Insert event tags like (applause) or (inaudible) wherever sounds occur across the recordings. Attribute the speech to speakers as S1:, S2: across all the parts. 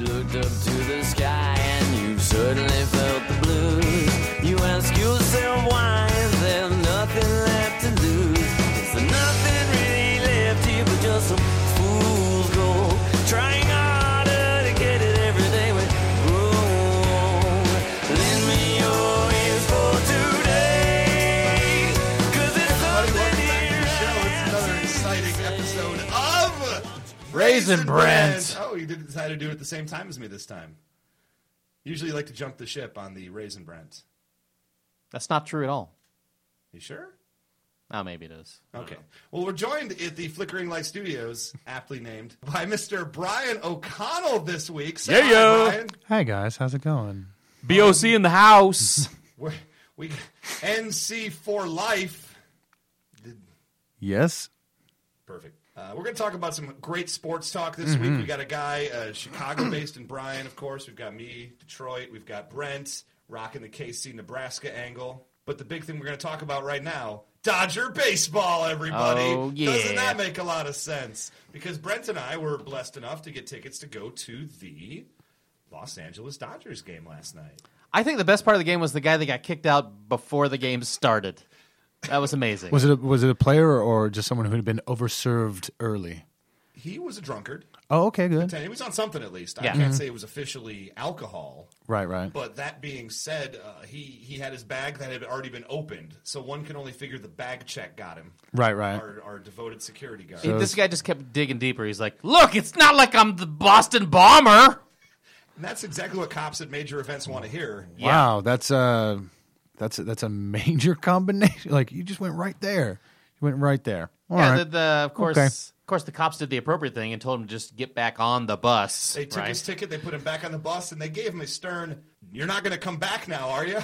S1: looked up to the sky and you certainly felt the blues. You ask yourself why is there nothing left to lose? Is there nothing really left here but just some fool's gold? Trying harder to get it every day we grow old. Lend me your ears for today, 'cause it's
S2: Everybody,
S1: something here
S2: welcome back to the show.
S1: I
S2: It's another exciting episode of
S3: Raisin Brent.
S2: Oh, you didn't decide to do it at the same time as me this time. Usually, you like to jump the ship on the Raisin Brent.
S3: That's not true at all.
S2: You sure?
S3: Oh, maybe it is.
S4: Uh-huh.
S2: Okay. Well, we're joined at the Flickering Light Studios, aptly named, by Mr. Brian O'Connell this week. Say
S4: Yeah,
S2: hi,
S4: yo.
S2: Brian.
S5: Hi guys, how's it going?
S4: BOC in the house.
S2: We're, we NC for life.
S5: Yes.
S2: Perfect. Uh, we're going to talk about some great sports talk this week.
S3: Mm-hmm.
S2: We got a guy, uh, Chicago based in Brian, of course. We've got me, Detroit. We've got Brent rocking the KC Nebraska angle. But the big thing we're going to talk about right now Dodger baseball, everybody.
S3: Oh, yeah.
S2: Doesn't that make a lot of sense? Because Brent and I were blessed enough to get tickets to go to the Los Angeles Dodgers game last night.
S3: (laughs) I think the best part of the game was the guy that got kicked out before the game started. That was amazing.
S5: Was it a, was it a player or just someone who had been overserved early?
S2: He was a drunkard.
S5: Oh, okay, good.
S2: He was on something at least. I
S3: Yeah. Mm-hmm.
S2: can't say it was officially alcohol.
S5: Right, right.
S2: But that being said, uh, he he had his bag that had already been opened, so one can only figure the bag check got him.
S5: Right, right.
S2: Our, our devoted security guard.
S3: It- this guy just kept digging deeper. He's like, "Look, it's not like I'm the Boston bomber."
S2: And that's exactly what cops at major events want to hear.
S5: Wow, that's uh that's a, that's a major (laughs) combination. Like you just went right there. You went right there. All
S3: yeah,
S5: right.
S3: the, the, of course,
S5: Okay.
S3: of course, the cops did the appropriate thing and told him to just get back on the bus.
S2: They took
S3: right?
S2: his ticket, they put him back on the bus, and they gave him a stern. You're not going to come back now, are (laughs) you?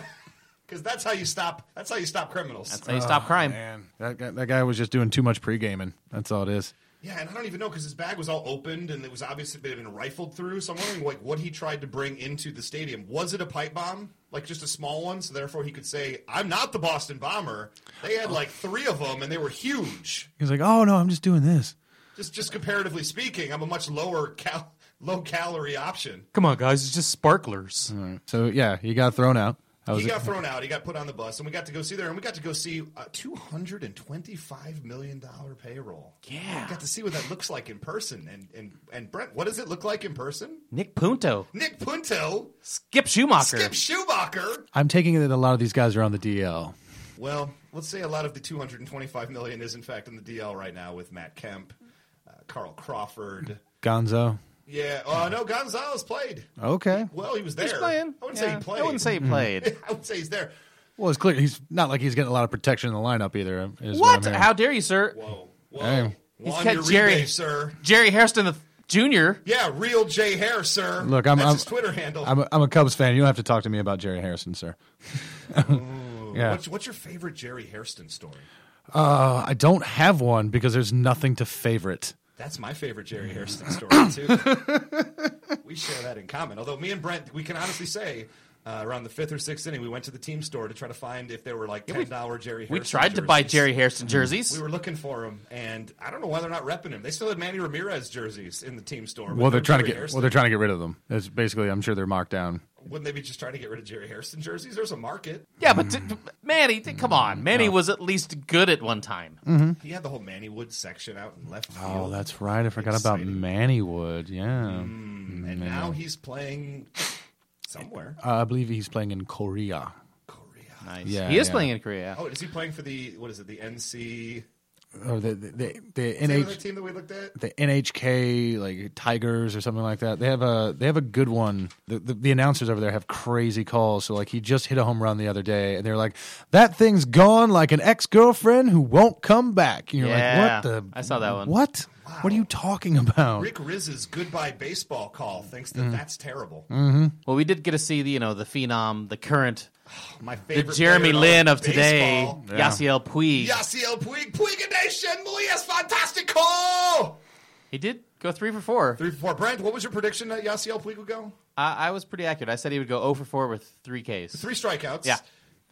S2: Because that's how you stop. That's how you stop criminals.
S3: That's how you
S2: Oh,
S3: stop crime.
S5: Man, that guy, that guy was just doing too much pre-gaming. That's all it is.
S2: yeah, and I don't even know because his bag was all opened and it was obviously it had been rifled through. So I'm wondering like what he tried to bring into the stadium. Was it a pipe bomb? Like just a small one, so therefore he could say, "I'm not the Boston bomber." They had like three of them, and they were huge.
S5: He was like, "Oh no, I'm just doing this."
S2: Just just comparatively speaking, I'm a much lower cal- low calorie option.
S4: Come on, guys, it's just sparklers.
S5: So yeah, he got thrown out. That was
S2: He
S5: it.
S2: got thrown out. He got put on the bus, and we got to go see there, and we got to go see a 225 million dollar payroll.
S3: Yeah.
S2: got to see what that looks like in person. And and and Brent, what does it look like in person?
S3: Nick Punto,
S2: Nick Punto,
S3: Skip Schumacher.
S2: Skip Schumacher.
S5: I'm taking it that a lot of these guys are on the DL.
S2: Well, let's say a lot of the 225 million is in fact in the DL right now with Matt Kemp, uh, Carl Crawford.
S5: Gonzo.
S2: Yeah, uh, no, Gonzalez played.
S5: Okay.
S2: Well, he was there.
S3: He's playing.
S2: I wouldn't say
S3: Yeah.
S2: he played.
S3: I wouldn't say
S5: Mm-hmm.
S3: he played.
S2: (laughs) I would say he's there.
S5: Well, it's clear he's not like he's getting a lot of protection in the lineup either. Is what?
S3: what?
S5: I'm hearing.
S3: How dare you, sir?
S2: Whoa, whoa.
S5: Hey.
S3: He's
S2: Juan
S3: got
S2: Uribe,
S3: Jerry.
S2: sir.
S3: Jerry Hairston the Jr.
S2: Yeah, real J Hare, sir.
S5: Look, I'm-
S2: That's
S5: I'm-
S2: his Twitter handle.
S5: I'm a, I'm a Cubs fan. You don't have to talk to me about Jerry Harrison, sir. yeah.
S2: what's, what's your favorite Jerry Hairston story?
S5: Uh, I don't have one because there's nothing to favorite.
S2: That's my favorite Jerry Hairston story
S3: (laughs)
S2: too. we share that in common. Although me and Brent, we can honestly say. Uh, around the fifth or sixth inning, we went to the team store to try to find if there were like ten dollar Jerry.
S3: We
S2: Hairston
S3: tried to buy
S2: jerseys.
S3: Jerry
S5: Mm-hmm.
S3: Hairston jerseys.
S2: We were looking for him, and I don't know why they're not repping him. They still had Manny Ramirez jerseys in the team store. but
S5: Well, they're
S2: no
S5: trying to
S2: Jerry
S5: get
S2: Hairston.
S5: well, they're trying to get rid of them. That's basically, I'm sure they're marked down.
S2: Wouldn't they be just trying to get rid of Jerry Hairston jerseys? There's a market.
S3: Yeah, but t- Manny, t- come
S5: Mm-hmm.
S3: on. Manny was at least good at one time.
S5: Mm.
S2: He had the whole Manny Wood section out in left field.
S5: Oh, that's right. I forgot about
S2: Exciting.
S5: Manny Wood. Yeah,
S2: and now he's playing somewhere.
S5: uh, I believe he's playing in Korea.
S2: Korea.
S3: Nice.
S5: Yeah,
S3: he is
S5: yeah.
S3: playing in Korea.
S2: Oh, is he playing for the what is it? The NC.
S5: Or the the the, the
S2: Name of the
S5: NH
S2: team that we looked at.
S5: the NHK like Tigers or something like that. They have a they have a good one. The, the, the announcers over there have crazy calls. So like he just hit a home run the other day, and they're like, "That thing's gone like an ex girlfriend who won't come back." And you're
S3: Yeah,
S5: like, "What the?
S3: I saw that one.
S5: What? What are you talking
S3: Oh.
S5: about?"
S2: Rick Riz's goodbye baseball call thinks
S3: Mm.
S2: that that's terrible.
S3: Well, we did get to see, the, you know, the phenom, the current,
S2: My
S3: the
S2: favorite.
S3: Jeremy
S2: player in all
S3: Lin of today,
S2: baseball,
S5: Yeah.
S3: Yasiel Puig.
S2: Yasiel Puig, Puig Nation, muy es fantástico.
S3: He did go three for four.
S2: Three for four. Brent, what was your prediction that Yasiel Puig would go?
S3: I, I was pretty accurate. I said he would go 0 for four oh with three Ks.
S2: Three strikeouts.
S3: Yeah.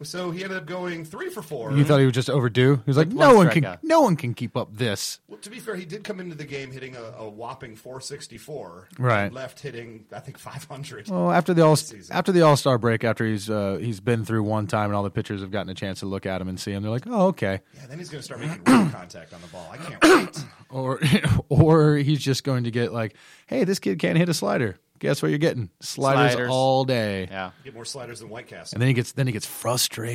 S2: So he ended up going three for four.
S5: You thought he was just overdue. He was like,
S3: Like
S5: no
S3: one
S5: one can,
S3: strikeout.
S5: no one can keep up this.
S2: Well, to be fair, he did come into the game hitting a, a whopping 464.
S5: Right.
S2: and Left hitting, I think, 500.
S5: Well, after the all
S2: season.
S5: after the All Star break, after he's uh, he's been through one time, and all the pitchers have gotten a chance to look at him and see him, they're like, oh, okay.
S2: Yeah, then he's going to start making real contact on the ball. I can't wait.
S5: Or (laughs) or he's just going to get like, hey, this kid can't hit a slider. Guess what you're getting? Sliders,
S3: Sliders.
S5: all day.
S3: Yeah.
S2: Get more sliders than White Castle.
S5: And then he gets then he gets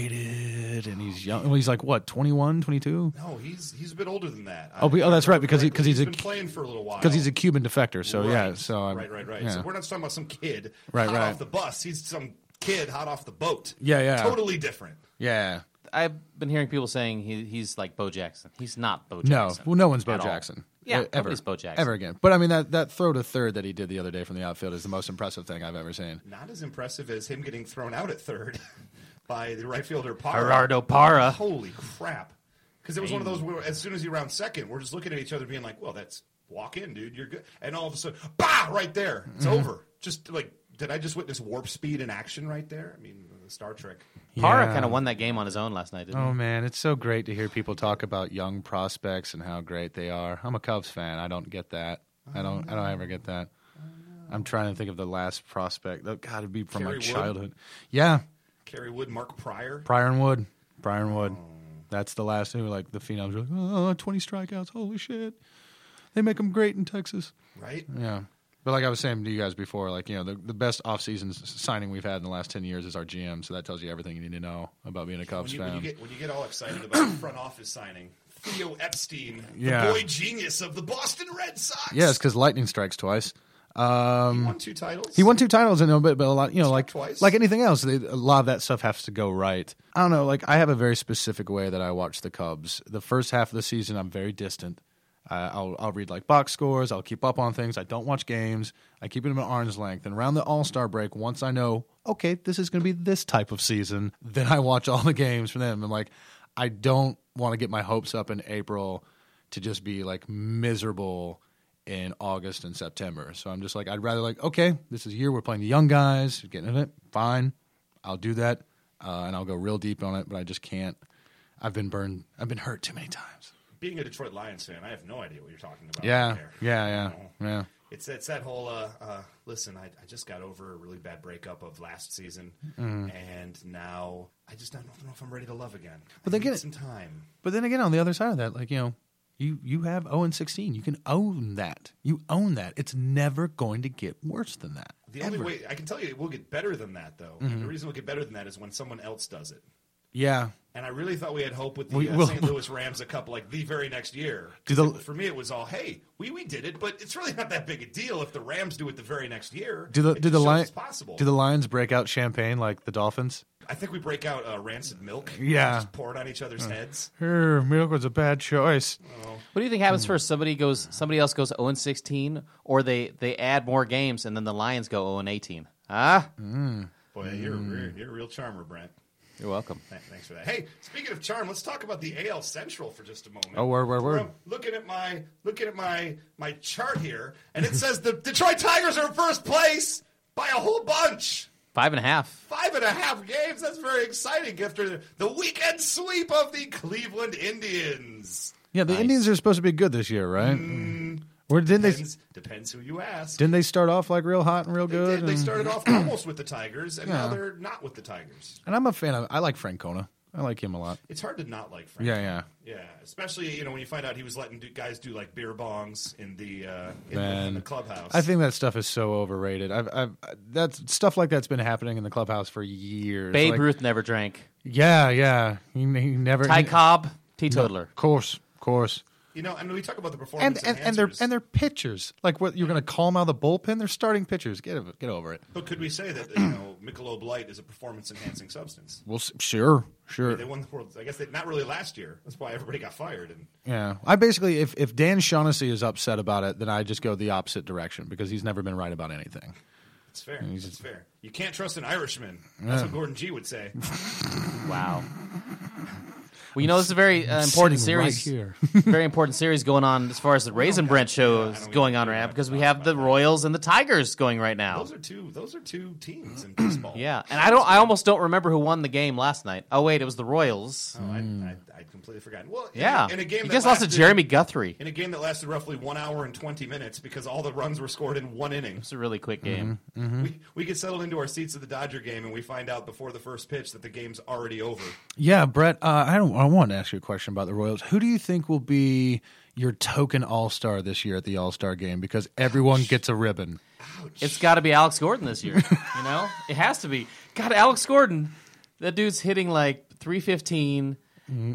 S5: frustrated, and he's young. Well, he's like what 21, 22?
S2: No, he's he's a bit older than that.
S5: Oh, be- oh, that's right, because he- 'cause he's
S2: has
S5: a-
S2: been playing for a little while.
S5: Because he's a Cuban defector. So yeah.
S2: Right.
S5: So I'm-
S2: right, right, right.
S5: Yeah.
S2: So we're not talking about some kid
S5: Right,
S2: hot
S5: right.
S2: off the bus. He's some kid hot off the boat.
S5: Yeah, yeah.
S2: Totally different.
S5: yeah.
S3: I've been hearing people saying he, he's like Bo Jackson. He's not Bo
S5: No,
S3: Jackson.
S5: well, no one's Bo
S3: at all.
S5: Jackson.
S3: Yeah,
S5: E- ever.
S3: nobody's Bo Jackson.
S5: Ever again. But I mean, that, that throw to third that he did the other day from the outfield is the most impressive thing I've ever seen.
S2: Not as impressive as him getting thrown out at third (laughs) by the right fielder Parra.
S3: Gerardo Parra.
S2: Holy crap! Because it was one of those where as soon as he rounds second, we're just looking at each other, being like, "Well, that's walk in, dude. You're good." And all of a sudden, bah! Right there, it's
S5: Mm-hmm.
S2: over. Just like, did I just witness warp speed in action right there? I mean, Star Trek.
S3: Parra
S5: Yeah.
S3: kind of won that game on his own last night, didn't
S5: Oh,
S3: he?
S5: man. It's so great to hear people talk about young prospects and how great they are. I'm a Cubs fan. I don't get that. I don't, I don't ever get that. I'm trying to think of the last prospect. That got to be from
S2: Kerry
S5: my
S2: Wood?
S5: childhood. Yeah.
S2: Kerry Wood, Mark Pryor.
S5: Pryor and Wood. Pryor and Wood. That's the last thing. Like, the Phenoms were like, oh, 20 strikeouts. Holy shit. They make them great in Texas.
S2: Right?
S5: Yeah. But like I was saying to you guys before, like, you know, the, the best offseason s- signing we've had in the last 10 years is our GM. So that tells you everything you need to know about being a
S2: When
S5: Cubs
S2: you, when you
S5: fan.
S2: get when you get all excited about front office signing Theo Epstein,
S5: Yeah.
S2: the boy genius of the Boston Red Sox.
S5: Yes, because lightning strikes twice.
S2: he won two titles.
S5: He won two titles in a bit, but a lot, you know, like
S2: twice.
S5: like anything else, they, a lot of that stuff has to go right. I don't know. Like I have a very specific way that I watch the Cubs. The first half of the season, I'm very distant. Uh, I'll I'll read like box scores. I'll keep up on things. I don't watch games. I keep them at arm's length. And around the All Star break, once I know okay, this is going to be this type of season, (laughs) then I watch all the games for them. I'm like, I don't want to get my hopes up in April to just be like miserable in August and September. So I'm just like, I'd rather like, okay, this is a year we're playing the young guys, getting in it, fine, I'll do that, uh, and I'll go real deep on it. But I just can't. I've been burned. I've been hurt too many times.
S2: Being a Detroit Lions fan, I have no idea what you're talking about.
S5: Yeah,
S2: right there.
S5: yeah, yeah,
S2: You know?
S5: yeah.
S2: It's it's that whole uh, uh, listen. I, I just got over a really bad breakup of last season,
S5: Mm-hmm.
S2: and now I just don't know if I'm ready to love again. I
S5: But then
S2: need
S5: get-
S2: some time.
S5: But then again, on the other side of that, like you know, you you have 0 and 16. You can own that. You own that. It's never going to get worse than that.
S2: The
S5: Ever. Mm-hmm.
S2: only way I can tell you it will get better than that, though. The reason we'll get better than that is when someone else does it.
S5: Yeah.
S2: And I really thought we had hope with the
S5: We-
S2: uh,
S5: we'll-
S2: St. Louis Rams a cup like the very next year.
S5: Do the-
S2: for me, it was all, hey, we, we did it, but it's really not that big a deal if the Rams do it the very next year.
S5: Do the
S2: It
S5: do
S2: just
S5: the
S2: shows
S5: lions
S2: it's possible?
S5: do the lions break out champagne like the Dolphins?
S2: I think we break out uh, rancid milk.
S5: Yeah.
S2: just pour it on each other's heads.
S5: Her milk was a bad choice.
S3: What do you think happens
S5: Hmm.
S3: first? Somebody goes, somebody else goes 0 16, or they they add more games, and then the Lions go 0 18. Ah,
S2: Boy, you're,
S5: Mm.
S2: you're you're a real charmer, Brent.
S3: you're welcome.
S2: Th- Thanks for that. Hey, speaking of charm, let's talk about the AL Central for just a moment.
S5: Oh, word, word, word.
S2: I'm looking at my looking at my my chart here, and it says the Detroit Tigers are in first place by a whole bunch.
S3: Five and a half.
S2: Five and a half games. That's very exciting after the weekend sweep of the Cleveland Indians.
S5: Yeah, the Indians are supposed to be good this year, right? Or didn't they
S2: Depends, depends who you ask.
S5: didn't they start off like real hot and real
S2: they,
S5: good?
S2: did. they
S5: and,
S2: started
S5: (clears throat)
S2: off almost with the Tigers, and now
S5: Yeah.
S2: they're not with the Tigers.
S5: and I'm a fan of I like Francona. I like him a lot.
S2: It's hard to not like Frank.
S5: Yeah, yeah.
S2: Yeah, especially you know when you find out he was letting do, guys do like beer bongs in the uh, in, the, in
S5: Man.
S2: the clubhouse.
S5: I think that stuff is so overrated. I've, I've that's stuff like that's been happening in the clubhouse for years.
S3: Babe
S5: Like-
S3: Ruth never drank.
S5: Yeah, yeah. He, he never.
S3: Ty
S5: he-
S3: Cobb, teetotaler.
S5: Of course, of course.
S2: you know, and we talk about the
S5: And
S2: performance
S5: and, and they're
S2: enhancers,
S5: and they're pitchers. Like what you're going to call them out of the bullpen? They're starting pitchers. Get over- get over it.
S2: but could we say that you
S5: (clears throat)
S2: know Michelob Light is a performance enhancing substance?
S5: Well, s- sure, sure.
S2: They won the world. I guess they, not really last year. That's why everybody got fired. And
S5: Yeah, I basically if if Dan Shaughnessy is upset about it, then I just go the opposite direction because he's never been right about anything.
S2: it's fair. It's fair. You
S5: (laughs)
S2: can't trust an Irishman. That's what Gordon G would say.
S3: Wow. Well, you know, this is a very uh, important
S5: Sitting
S3: series.
S5: right here.
S3: (laughs) very important series going on as far as the Raisin Brent show is going on right now because we have the Royals and the Tigers going right now.
S2: Those are two. Those are two teams in baseball.
S3: Yeah, and I don't. I almost don't remember who won the game last night. Oh wait, it was the Royals.
S2: Oh, I,
S5: Mm.
S2: I, I completely forgot. Well, in a-
S3: Yeah,
S2: In a game,
S3: you
S2: that
S3: guys lost to
S2: lasted-
S3: Jeremy Guthrie.
S2: In a game that lasted roughly one hour and twenty minutes, because all the runs were scored in one inning,
S3: It's a really quick
S5: Mm-hmm.
S3: game.
S2: we, we get settled into our seats at the Dodger game, and we find out before the first pitch that the game's already over.
S5: Yeah, Brett, uh, I don't. I want to ask you a question about the Royals. Who do you think will be your token All Star this year at the All Star game? Because everyone gets a ribbon.
S3: It's got to be Alex Gordon this year. you know, it has to be. God, Alex Gordon. That dude's hitting like three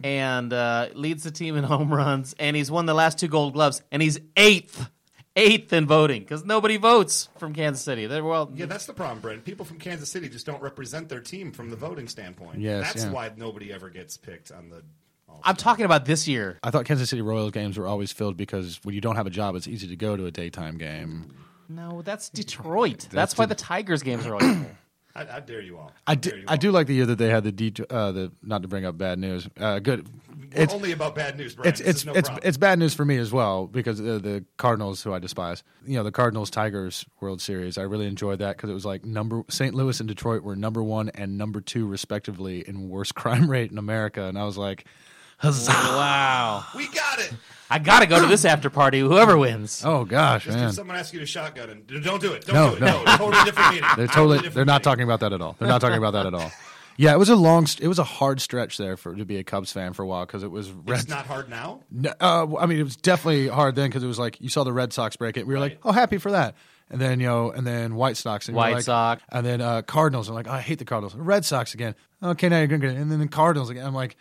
S3: and uh, leads the team in home runs, and he's won the last two Gold Gloves, and he's eighth, eighth in voting because nobody votes from Kansas City. They're well,
S2: Yeah, that's the problem, Brent. People from Kansas City just don't represent their team from the voting standpoint.
S5: Yes,
S2: that's
S5: yeah.
S2: why nobody ever gets picked on the.
S3: I'm talking about this year.
S5: I thought Kansas City Royals games were always filled because when you don't have a job, it's easy to go to a daytime game.
S3: No, that's Detroit. That's, why the Tigers games are always.
S2: I, I dare you all.
S5: I
S2: dare
S5: do,
S2: you
S5: I
S2: all.
S5: do like the year that they had the D, uh, the not to bring up bad news. Uh, good.
S2: We're
S5: It's
S2: only about bad news, Brent.
S5: it's
S2: This is
S5: it's
S2: no
S5: it's,
S2: problem.
S5: it's bad news for me as well because the, the Cardinals, who I despise, you know, the Cardinals Tigers World Series. I really enjoyed that because it was like number St. Louis and Detroit were number one and number two respectively in worst (laughs) crime rate in America, and I was like, huzzah!
S3: wow.
S2: we got it.
S3: I gotta go to this after party. Whoever wins.
S5: Oh gosh,
S2: Just
S5: man.
S2: if someone asks you to shotgun and don't do it. Don't
S5: No,
S2: do it.
S5: no.
S2: No, totally different meeting.
S5: They're totally. They're not talking about that at all. They're not talking about that
S2: (laughs)
S5: at all. Yeah, it was a long. st- It was a hard stretch there for to be a Cubs fan for a while because it was red.
S2: It's not hard now.
S5: No, uh, I mean, it was definitely hard then because it was like you saw the Red Sox break it. We were like, oh, happy for that. And then you know, and then White Sox, and you're
S3: White
S5: like-
S3: Sox.
S5: and then uh, Cardinals. I'm like, oh, I hate the Cardinals. Red Sox again. Okay, now you're gonna get it. And then the Cardinals again. I'm like,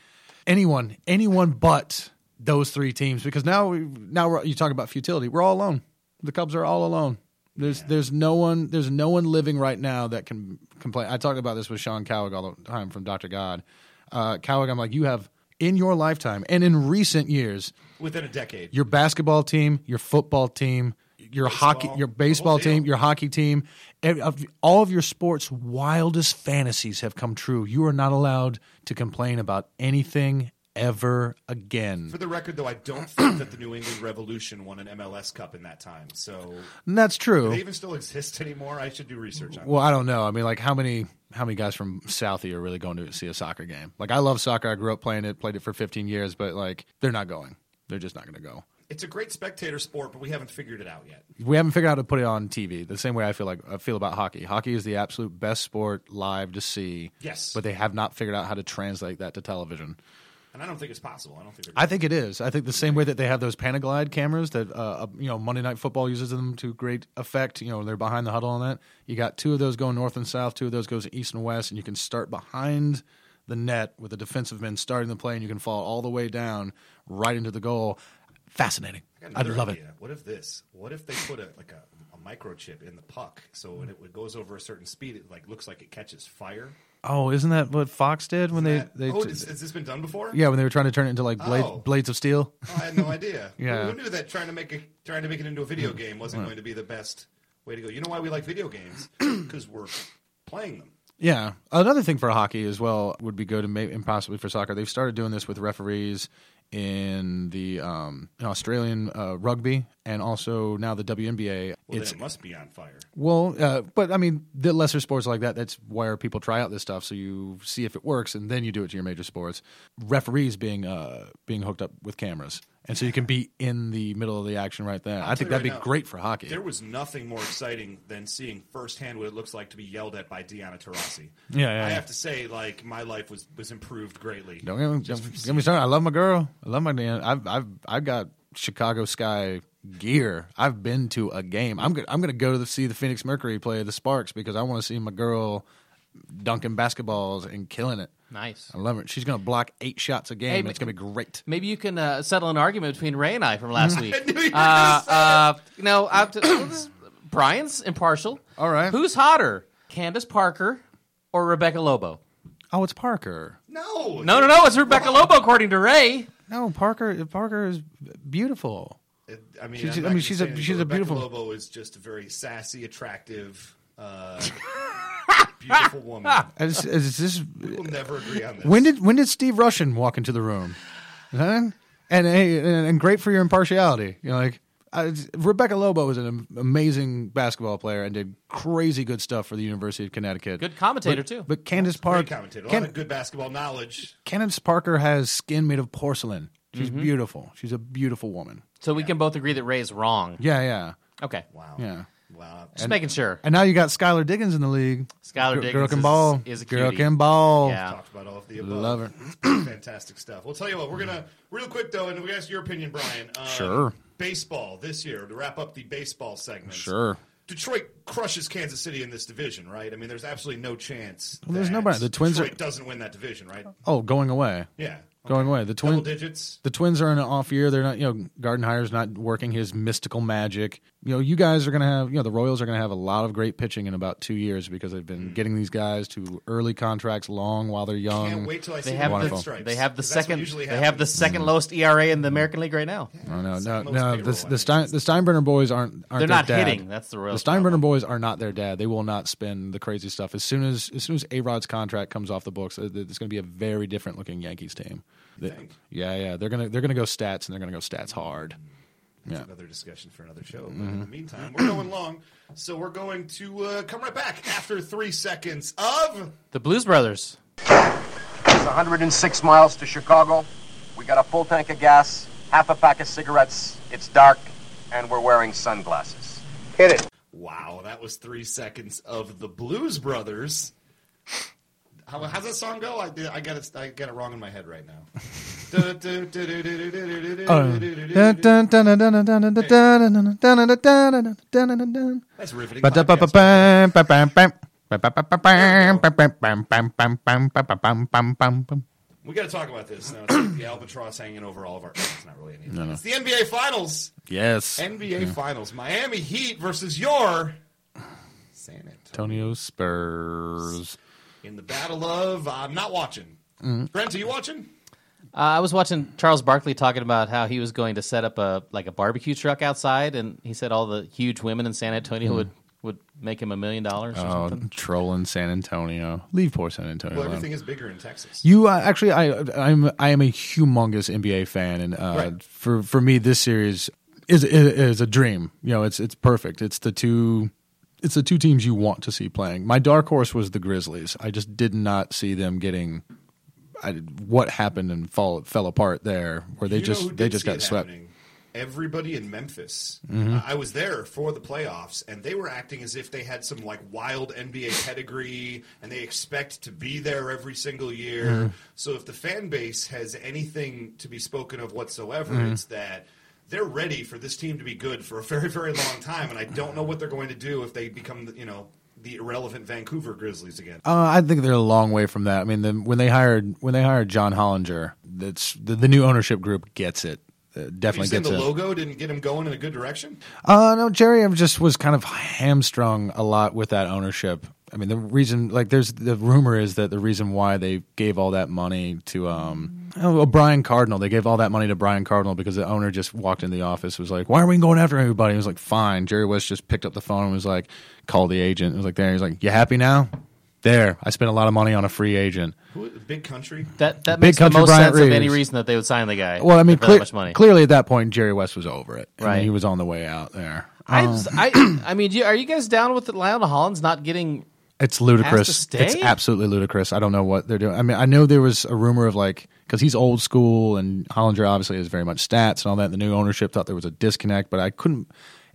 S5: anyone, anyone but those three teams because now, we, now we're, you talk about futility. We're all alone. The Cubs are all alone. There's there's no one there's no one living right now that can complain. I talked about this with Sean Cowig all the time from Doctor God. Uh, Cowig, I'm like, you have in your lifetime and in recent years
S2: Within a decade.
S5: your basketball team, your football team, your hockey, your baseball
S2: Whole deal.
S5: team, your hockey team, ev- of- all of your sports' wildest fantasies have come true. You are not allowed to complain about anything ever again.
S2: For the record, though, I don't think that the New England Revolution won an MLS Cup in that time. So
S5: And that's
S2: do they
S5: true.
S2: even still exist anymore? I should do research on.
S5: Well, I don't know. I mean, like how many how many guys from Southie are really going to see a soccer game? Like I love soccer. I grew up playing it, played it for 15 years, but like they're not going. They're just not going to go.
S2: it. It's a great spectator sport, but we haven't figured it out yet.
S5: we haven't figured out how to put it on TV the same way I feel like I feel about hockey. Hockey is the absolute best sport live to see.
S2: Yes.
S5: but they have not figured out how to translate that to television.
S2: And I don't think it's possible. I don't think. they're-
S5: I think it is. I think the same way that they have those Panaglide cameras that uh, you know Monday Night Football uses them to great effect. You know they're behind the huddle on that. You got two of those going north and south, two of those goes east and west, and you can start behind the net with the defensive men starting the play, and you can fall all the way down right into the goal. Fascinating.
S2: I
S5: I love it.
S2: What if this? What if they put a like a, a microchip in the puck, so when it goes over a certain speed, it like looks like it catches fire.
S5: Oh, isn't that what Fox did when
S2: That-
S5: they? they
S2: oh,
S5: t-
S2: is, has this been done before?
S5: Yeah, when they were trying to turn it into like blade,
S2: Oh.
S5: blades of steel. (laughs)
S2: Oh, I had no idea.
S5: Yeah. Mm.
S2: Who knew that trying to make a trying to make it into a video game wasn't going to be the best way to go? You know why we like video
S5: (clears throat)
S2: games? Because we're playing them.
S5: Yeah. Another thing for hockey as well would be good, and maybe and possibly for soccer. They've started doing this with referees in the um, in Australian uh, rugby, and also now the WNBA.
S2: Well,
S5: it's
S2: then it must be on fire.
S5: well, uh, but I mean, the lesser sports like that. That's where people try out this stuff, so you see if it works, and then you do it to your major sports. Referees being uh, being hooked up with cameras, and so you can be in the middle of the action right there. i
S2: tell you
S5: think that'd
S2: right
S5: be
S2: now,
S5: great for hockey.
S2: There was nothing more exciting than seeing firsthand what it looks like to be yelled at by Deanna Taurasi.
S5: Yeah, yeah,
S2: I
S5: yeah.
S2: have to say, like my life was was improved greatly. (laughs)
S5: Don't get me, don't get me started. I love my girl. I love my man. I've I've I've got Chicago Sky gear. I've been to a game. I'm go- I'm gonna go to the, see the Phoenix Mercury play the Sparks because I want to see my girl dunking basketballs and killing it.
S3: Nice.
S5: I love it. She's gonna block eight shots a game.
S3: Hey,
S5: and
S3: but-
S5: it's gonna be great.
S3: Maybe you can uh, settle an argument between Ray and I from last week.
S2: knew you were
S3: uh,
S2: gonna say
S3: uh, no, I'm
S5: (clears throat)
S3: t- well, this is- Brian's impartial.
S5: All right.
S3: Who's hotter, Candace Parker or Rebecca Lobo?
S5: Oh, it's Parker.
S2: No,
S3: No, no, no. It's Rebecca Lobo, according to Ray.
S5: No, Parker. Parker is beautiful.
S2: It- I mean,
S5: She's-
S2: I'm not
S5: I mean,
S2: gonna
S5: she's
S2: say
S5: a-
S2: anything,
S5: she's
S2: but
S5: a beautiful- (laughs)
S2: Rebecca Lobo is just a very sassy, attractive, uh, beautiful woman.
S5: Is, is this,
S2: We'll never agree on this.
S5: when did when did Steve Russian walk into the room? Huh? And, hey, and and great for your impartiality. You're like I, Rebecca Lobo is an am- amazing basketball player and did crazy good stuff for the University of Connecticut.
S3: Good commentator,
S5: But-
S3: too.
S5: But Candace Park,
S2: Great commentator, a
S5: Can-
S2: lot of good basketball knowledge.
S5: Candace Parker has skin made of porcelain. She's
S3: Mm-hmm.
S5: beautiful. She's a beautiful woman.
S3: So we can both agree that Ray's wrong.
S5: Yeah, yeah,
S3: Okay.
S2: Wow.
S5: yeah.
S2: Wow.
S3: Just making sure.
S5: And now you got Skylar Diggins in the league.
S3: Skylar
S5: Girl-
S3: Diggins
S5: girl can
S3: is-
S5: ball.
S3: is a
S5: girl
S3: cutie.
S5: can ball.
S3: Yeah.
S2: talked about all of the above.
S5: Love her.
S2: Fantastic stuff. We'll tell you what, we're gonna real quick though, and we ask your opinion, Brian. Um,
S5: Sure.
S2: Baseball this year to wrap up the baseball segment.
S5: Sure.
S2: Detroit crushes Kansas City in this division, right? I mean, there's absolutely no chance.
S5: Well, there's
S2: that
S5: nobody- the Twins are-
S2: Detroit doesn't win that division, right?
S5: Oh, going away.
S2: Yeah,
S5: Going away. The
S2: double
S5: twin.
S2: digits.
S5: the Twins are in an off year. They're not, you know, Gardenhire's not working his mystical magic. You know, you guys are going to have, you know, the Royals are going to have a lot of great pitching in about two years because they've
S2: Hmm.
S5: been getting these guys to early contracts long while they're young.
S2: Can't wait till I see
S3: They have
S2: the
S5: Wonderful.
S2: pinstripes.
S3: the, they have the
S2: 'cause that's what
S3: second
S2: usually
S3: they have the
S2: happens.
S5: Mm.
S3: second lowest ERA in the American League right now.
S5: Oh, no, no,
S2: Second
S5: no.
S2: lowest payroll,
S5: The,
S2: I
S5: the,
S2: mean.
S5: Stein, the Steinbrenner boys aren't. aren't
S3: They're not
S5: their dad.
S3: hitting. That's the real
S5: the Steinbrenner boys are not their dad. They will not spend the crazy stuff. As soon as as soon as A Rod's contract comes off the books, uh, it's going to be a very different looking Yankees team. They-
S2: think?
S5: yeah, yeah. They're gonna they're gonna go stats and they're gonna go stats hard. Yeah.
S2: another discussion for another show. But in the meantime, we're going long, so we're going to uh, come right back after three seconds of.
S3: The Blues Brothers.
S6: It's 106 miles to Chicago. We got a full tank of gas, half a pack of cigarettes. It's dark, and we're wearing sunglasses. Hit it.
S2: Wow, that was three seconds of the Blues Brothers. How, how's that song go? I, I got it. I got it wrong in my head right now. That's riveting. podcast. We got to talk about this. Now, it's like the albatross hanging over all of our. It's not really anything. It's the NBA Finals.
S5: Yes.
S2: NBA Finals. Miami Heat versus your San Antonio.
S5: Antonio Spurs.
S2: In the battle of I'm not watching. Brent, are you watching?
S3: Uh, I was watching Charles Barkley talking about how he was going to set up a like a barbecue truck outside, and he said all the huge women in San Antonio would would make him a million dollars or
S5: Mm. Oh,
S3: something.
S5: trolling San Antonio. Leave poor San Antonio.
S2: Well,
S5: alone.
S2: everything is bigger in Texas.
S5: You uh, actually, I I'm I am a humongous NBA fan, and uh,
S2: Right.
S5: for for me, this series is, is is a dream. You know, it's it's perfect. It's the two. It's the two teams you want to see playing. My dark horse was the Grizzlies. I just did not see them getting I, what happened and fall fell apart there, where they
S2: You know who
S5: just they
S2: did
S5: just
S2: see
S5: got
S2: it
S5: swept. Mm-hmm.
S2: happening? Everybody in Memphis. I I was there for the playoffs, and they were acting as if they had some like wild NBA pedigree, and they expect to be there every single year.
S5: Mm-hmm.
S2: So if the fan base has anything to be spoken of whatsoever,
S5: Mm-hmm.
S2: it's that. They're ready for this team to be good for a very, very long time, and I don't know what they're going to do if they become, the, you know, the irrelevant Vancouver Grizzlies again.
S5: Uh, I think they're a long way from that. I mean, the, when they hired when they hired John Hollinger, that's the, the new ownership group gets it. Uh,
S2: You
S5: definitely
S2: saying
S5: gets
S2: the
S5: it.
S2: logo didn't get him going in a good direction?
S5: Uh, no, Jerry just was kind of hamstrung a lot with that ownership. I mean, the reason, like, there's the rumor is that the reason why they gave all that money to um, oh, Brian Cardinal, they gave all that money to Brian Cardinal because the owner just walked into the office, was like, "Why are we going after everybody?" He was like, "Fine." Jerry West just picked up the phone and was like, "Call the agent." It was like, "There." He's like, "You happy now?" There, I spent a lot of money on a free agent.
S2: Who, big country?
S3: That that
S5: Big
S3: makes the
S5: Country
S3: most
S5: Bryant
S3: sense of any
S5: Reeves.
S3: reason that they would sign the guy.
S5: Well, I mean,
S3: for that
S5: cle-
S3: much money.
S5: clearly at that point, Jerry West was over it. I mean,
S3: Right.
S5: he was on the way out there.
S3: I, just- I I mean, you, are you guys down with Lionel Hollins not getting?
S5: It's ludicrous.
S3: stay?
S5: It's absolutely ludicrous. I don't know what they're doing. I mean, I know there was a rumor of like because he's old school and Hollinger obviously is very much stats and all that. The new ownership thought there was a disconnect, but I couldn't.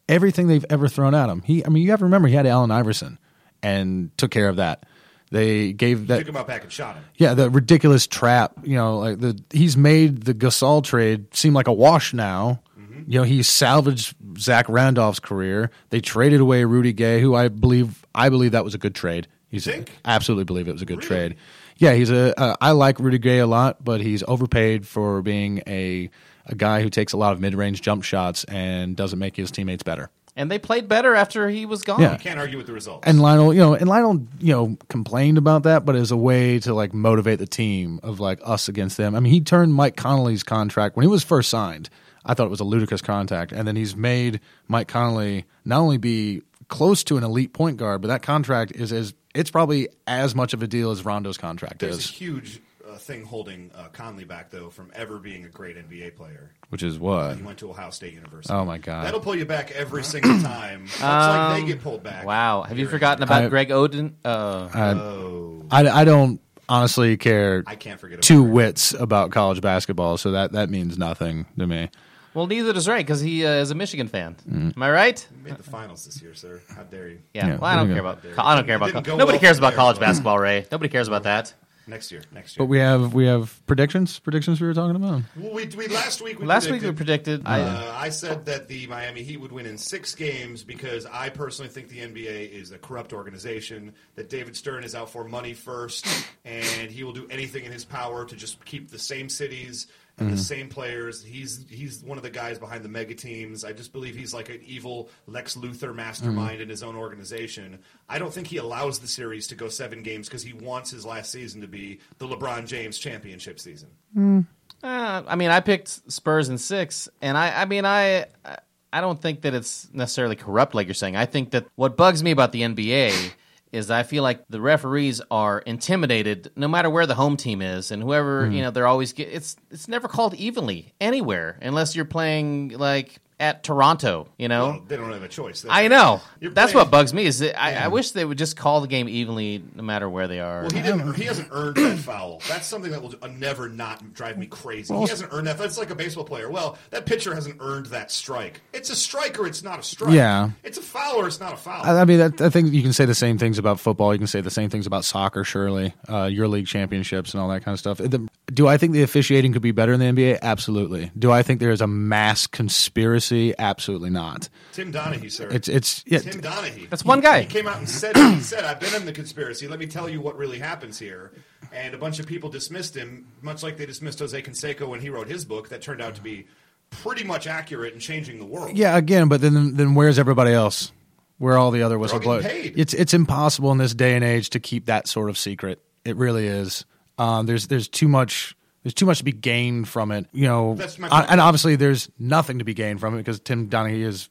S5: Everything they've ever thrown at him, he. I mean, you have to remember he had Allen Iverson and took care of that. They gave that
S2: Took him out back and shot him.
S5: yeah, the ridiculous trap. You know, like the he's made the Gasol trade seem like a wash now.
S2: Mm-hmm.
S5: You know, he salvaged Zach Randolph's career. They traded away Rudy Gay, who I believe I believe that was a good trade. He's
S2: think?
S5: absolutely believe it was a good
S2: Really?
S5: trade. Yeah, he's a. Uh, I like Rudy Gay a lot, but he's overpaid for being a a guy who takes a lot of mid range jump shots and doesn't make his teammates better.
S3: And they played better after he was gone.
S5: Yeah.
S2: Can't argue with the results.
S5: And Lionel, you know, and Lionel, you know, complained about that, but as a way to like motivate the team of like us against them. I mean, he turned Mike Connolly's contract when he was first signed. I thought it was a ludicrous contract, and then he's made Mike Connolly not only be close to an elite point guard, but that contract is as it's probably as much of a deal as Rondo's contract
S2: There's a
S5: is,
S2: huge uh, thing holding uh, Conley back though from ever being a great NBA player.
S5: which is what.
S2: He went to Ohio State University.
S5: Oh my god!
S2: That'll pull you back every single time. Much like they get pulled back.
S3: Wow. Have you forgotten about
S5: I-
S3: Greg Oden? Uh,
S5: I, I don't honestly care
S2: I can't forget.
S5: two
S2: about
S5: wits about college basketball, so that that means nothing to me.
S3: well, neither does Ray because he uh, is a Michigan fan. Am I right?
S2: her. Made the finals this year, sir. How dare you?
S3: Yeah.
S5: Mm. Yeah,
S3: well, I don't
S5: there
S3: care
S5: you
S3: about. I don't care about.
S2: didn't
S3: co-
S2: go
S3: Nobody
S2: well
S3: cares
S2: for
S3: about
S2: Bears,
S3: college
S2: though.
S3: basketball, Ray. Nobody cares about that.
S2: Next year. Next year.
S5: But we have we have predictions. Predictions we were talking about.
S2: Well, we, we last week we
S3: Last week we
S2: predicted-
S3: predicted. I,
S2: Uh, I said that the Miami Heat would win in six games because I personally think the NBA is a corrupt organization. That David Stern is out for money first, and he will do anything in his power to just keep the same cities and
S3: Mm-hmm.
S2: the same players. He's he's one of the guys behind the mega teams. I just believe he's like an evil Lex Luthor mastermind
S3: Mm-hmm.
S2: in his own organization. I don't think he allows the series to go seven games because he wants his last season to be the LeBron James championship season.
S3: uh, I mean, I picked Spurs in six, and I. I mean, I. I don't think that it's necessarily corrupt, like you're saying. I think that what bugs me about the NBA is I feel like the referees are intimidated, no matter where the home team is, and whoever
S2: Hmm.
S3: you know, they're always get, it's it's never called evenly anywhere unless you're playing like at Toronto, you know.
S2: Well, they don't have a choice.
S3: I know.
S2: You're
S3: That's
S2: playing-
S3: what bugs me is that I, I wish they would just call the game evenly, no matter where they are.
S2: Well, he didn't. He hasn't earned that foul. That's something that will uh, never not drive me crazy. He hasn't earned that. That's like a baseball player. Well, that pitcher hasn't earned that strike. It's a strike or it's not a strike.
S5: Yeah.
S2: It's a foul or it's not a foul.
S5: I I mean, that, I think you can say the same things about football. You can say the same things about soccer, surely, uh, your league championships and all that kind of stuff. The- do I think the officiating could be better in the NBA? Absolutely. Do I think there is a mass conspiracy? Absolutely not.
S2: Tim Donahue, sir.
S5: It's it's yeah,
S2: Tim Donahue.
S3: That's one guy.
S2: He came out and said, he said, I've been in the conspiracy. Let me tell you what really happens here. And a bunch of people dismissed him, much like they dismissed Jose Canseco when he wrote his book that turned out to be pretty much accurate in changing the world.
S5: yeah. Again, but then then where's everybody else? Where are all the other
S2: all
S5: whistleblowers?
S2: getting paid.
S5: It's it's impossible in this day and age to keep that sort of secret. It really is. Um, there's there's too much. There's too much to be gained from it, you know.
S2: That's my
S5: and
S2: point.
S5: and obviously, there's nothing to be gained from it because Tim Donahue is,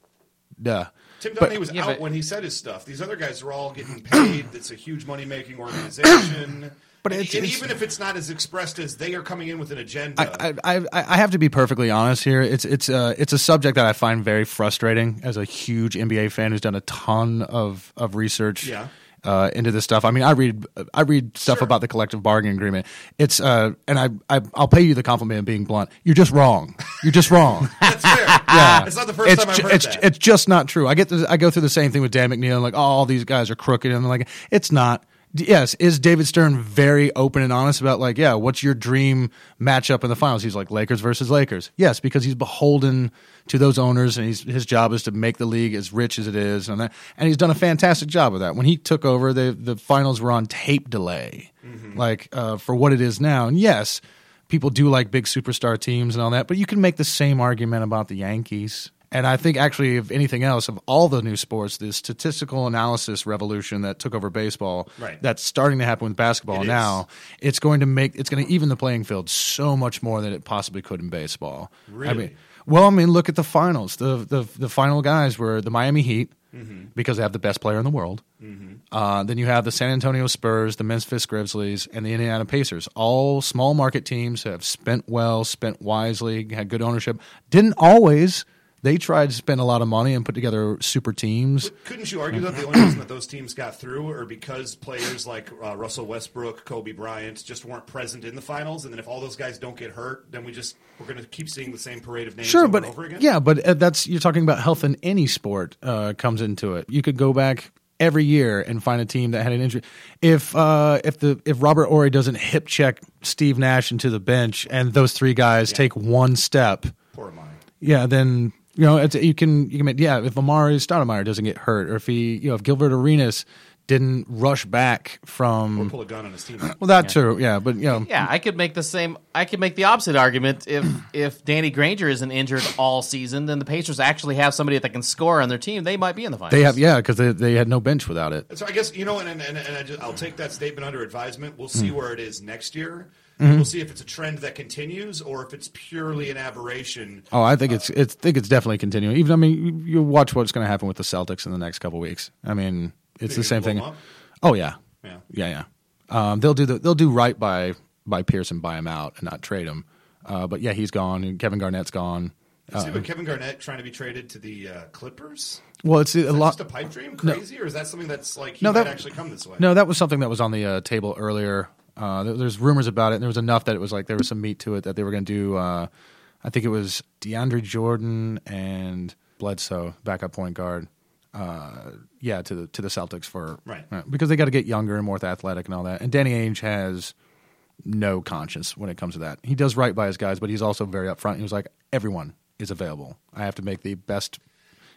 S5: duh.
S2: Tim
S5: But-
S2: Donahue was
S3: yeah,
S2: out
S3: but-
S2: when he said his stuff. These other guys are all getting paid. (clears throat) It's a huge money making organization.
S5: (clears throat) But
S2: and,
S5: it's-
S2: and
S5: it's-
S2: even if it's not as expressed as they are coming in with an agenda,
S5: I, I,
S2: uh,
S5: I- I have to be perfectly honest here. It's it's a it's a subject that I find very frustrating as a huge NBA fan who's done a ton of of research.
S2: Yeah.
S5: Uh, into this stuff. I mean, I read I read stuff
S2: Sure.
S5: about the collective bargaining agreement. It's uh, and I, I I'll pay you the compliment of being blunt. You're just wrong. You're just wrong. (laughs)
S2: that's fair. yeah. It's not the first
S5: Ah, it's
S2: time I've
S5: ju-
S2: heard
S5: it's,
S2: that.
S5: it's just not true. I get this, I go through the same thing with Dan McNeil. Like, oh, all these guys are crooked, and I'm like, it's not. D- Yes, is David Stern very open and honest about like, yeah, what's your dream matchup in the finals? He's like Lakers versus Lakers. Yes, because he's beholden to those owners, and he's, his job is to make the league as rich as it is, and that, and he's done a fantastic job of that. When he took over, the the finals were on tape delay,
S2: Mm-hmm.
S5: like uh, for what it is now. And yes, people do like big superstar teams and all that, but you can make the same argument about the Yankees. And I think actually, if anything else, of all the new sports, the statistical analysis revolution that took over baseball,
S2: Right.
S5: that's starting to happen with basketball
S2: It is.
S5: now. It's going to make it's going to even the playing field so much more than it possibly could in baseball. I mean,
S2: Really?
S5: well, I mean, look at the finals. The the the final guys were the Miami Heat
S2: Mm-hmm.
S5: because they have the best player in the world. Uh, then you have the San Antonio Spurs, the Memphis Grizzlies, and the Indiana Pacers. All small market teams that have spent well, spent wisely, had good ownership. Didn't always. They tried to spend a lot of money and put together super teams.
S2: Couldn't you argue that the
S5: Mm-hmm.
S2: only reason that those teams got through or because players like uh, Russell Westbrook, Kobe Bryant just weren't present in the finals? And then if all those guys don't get hurt, then we just we're going to keep seeing the same parade of names
S5: Sure,
S2: over
S5: but
S2: and over again.
S5: yeah, but uh, that's you're talking about health in any sport uh, comes into it. You could go back every year and find a team that had an injury. If uh, if the if Robert Ory doesn't hip check Steve Nash into the bench and those three guys take one step,
S2: poor Amani.
S5: yeah, then you know it's, you can you can make yeah if Amari Stoudemire doesn't get hurt or if he you know if Gilbert Arenas didn't rush back from
S2: Pull a gun on his team.
S5: well that too yeah but you know
S3: yeah, I could make the same. I could make the opposite argument if (clears throat) if Danny Granger isn't injured all season, then the Pacers actually have somebody that can score on their team. They might be in the finals.
S5: they have yeah because they they had no bench without it.
S2: So I guess you know, and and, and, and I just, I'll take that statement under advisement. We'll
S5: Mm.
S2: see where it is next year.
S5: Mm-hmm.
S2: We'll see if it's a trend that continues or if it's purely an aberration.
S5: Oh, I think it's it's think it's definitely continuing. Even I mean, you- you watch what's going to happen with the Celtics in the next couple weeks. I mean, it's
S2: They're
S5: the
S2: gonna
S5: same
S2: blow
S5: thing.
S2: them up?
S5: Oh yeah,
S2: Yeah.
S5: Yeah, yeah. Um, they'll do the, they'll do right by by Pierce and buy him out and not trade him. Uh, but yeah, he's gone. and Kevin Garnett's gone.
S2: You see, but Kevin Garnett trying to be traded to the uh, Clippers.
S5: Well, it's a
S2: Is that
S5: lot.
S2: just a pipe dream, crazy, or is that something that's like he
S5: No,
S2: might
S5: that-
S2: actually come this way?
S5: No, that was something that was on the uh, table earlier. Uh, there, there's rumors about it, and there was enough that it was like there was some meat to it that they were going to do. Uh, I think it was DeAndre Jordan and Bledsoe, backup point guard. Uh, yeah, to the to the Celtics for uh,
S2: Right.
S5: because they got to get younger and more athletic and all that. And Danny Ainge has no conscience when it comes to that. He does right by his guys, but he's also very upfront. He was like, everyone is available. I have to make the best.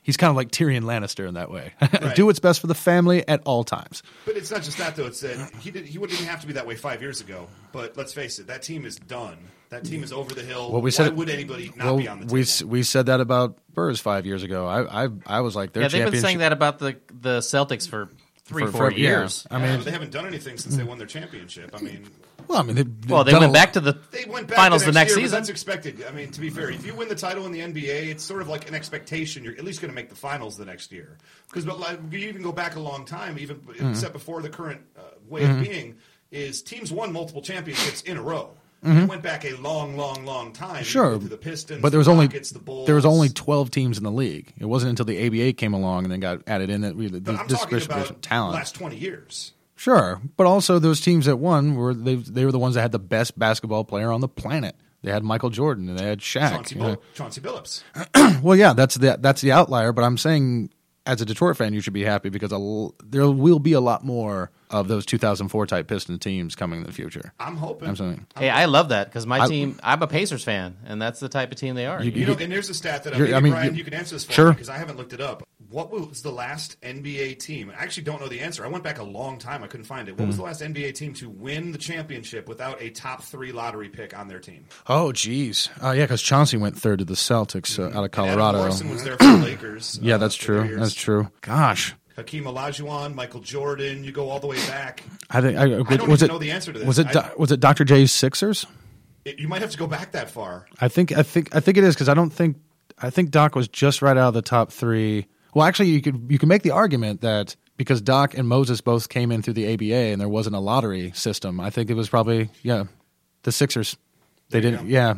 S5: He's kind of like Tyrion Lannister in that way. (laughs) do what's best for the family at all times.
S2: But it's not just that though. It's that he did, he wouldn't even have to be that way five years ago. But let's face it, that team is done. That team is over the hill.
S5: Well, we
S2: Why
S5: said-
S2: would anybody not
S5: well,
S2: be on the table?
S5: we s- we said that about Spurs five years ago. I I, I was like, their
S3: yeah, they've been
S5: championship
S3: saying that about the the Celtics for three,
S5: for-
S3: four
S5: for- yeah.
S3: years.
S5: I
S2: Yeah,
S5: mean,
S2: but they haven't done anything since they won their championship. I mean,
S5: well, I mean, they,
S3: Well, they went back to the
S2: they went back
S3: finals
S2: the
S3: the next
S2: year, but
S3: season.
S2: That's expected. I mean, to be fair, if you win the title in the NBA, it's sort of like an expectation. You're at least going to make the finals the next year. Because like, you even go back a long time, even
S5: Mm-hmm.
S2: except before the current uh, way of being, is teams won multiple championships in a row. They went back a long, long, long time.
S5: Mm-hmm. sure,
S2: to the Pistons, the
S5: but there was only
S2: Rockets, the Bulls.
S5: there was only twelve teams in the league. It wasn't until the ABA came along and then got added in that we the,
S2: But I'm
S5: this
S2: talking
S5: distribution
S2: about
S5: of talent.
S2: last twenty years.
S5: Sure, but also those teams that won were they they were the ones that had the best basketball player on the planet. They had Michael Jordan and they had Shaq.
S2: Chauncey,
S5: you know.
S2: Bill- Chauncey Billups.
S5: Well, yeah, that's the that's the outlier. But I'm saying, as a Detroit fan, you should be happy because a l- there will be a lot more of those 2004 type Piston teams coming in the future.
S2: I'm hoping.
S5: I'm saying
S3: Hey, I love that because my
S5: I-
S3: team. I'm a Pacers fan, and that's the type of team they are.
S2: You know, and there's a stat that I,
S5: You're-
S2: mean,
S5: I mean,
S2: Brian,
S5: you-
S2: you can answer this for
S5: Sure.
S2: me because I haven't looked it up. What was the last NBA team? I actually don't know the answer. I went back a long time. I couldn't find it. What
S5: Hmm.
S2: was the last NBA team to win the championship without a top three lottery pick on their team?
S5: Oh, geez, uh, yeah, because Chauncey went third to the Celtics uh, out of
S2: And Adam
S5: Colorado. Hmm.
S2: Morrison was there for the Lakers.
S5: Yeah,
S2: uh,
S5: that's
S2: for
S5: true.
S2: years.
S5: That's true. Gosh,
S2: Hakeem Olajuwon, Michael Jordan. You go all the way back.
S5: I think I,
S2: don't
S5: was
S2: even
S5: it
S2: know the answer to this.
S5: was it
S2: I-
S5: Do- was it Dr. J's Sixers?
S2: It- you might have to go back that far.
S5: I think I think I think it is because I don't think I think Doc was just right out of the top three. Well, actually, you could you can make the argument that because Doc and Moses both came in through the ABA and there wasn't a lottery system. I think it was probably yeah, the Sixers. They
S2: There you
S5: didn't.
S2: go.
S5: Yeah,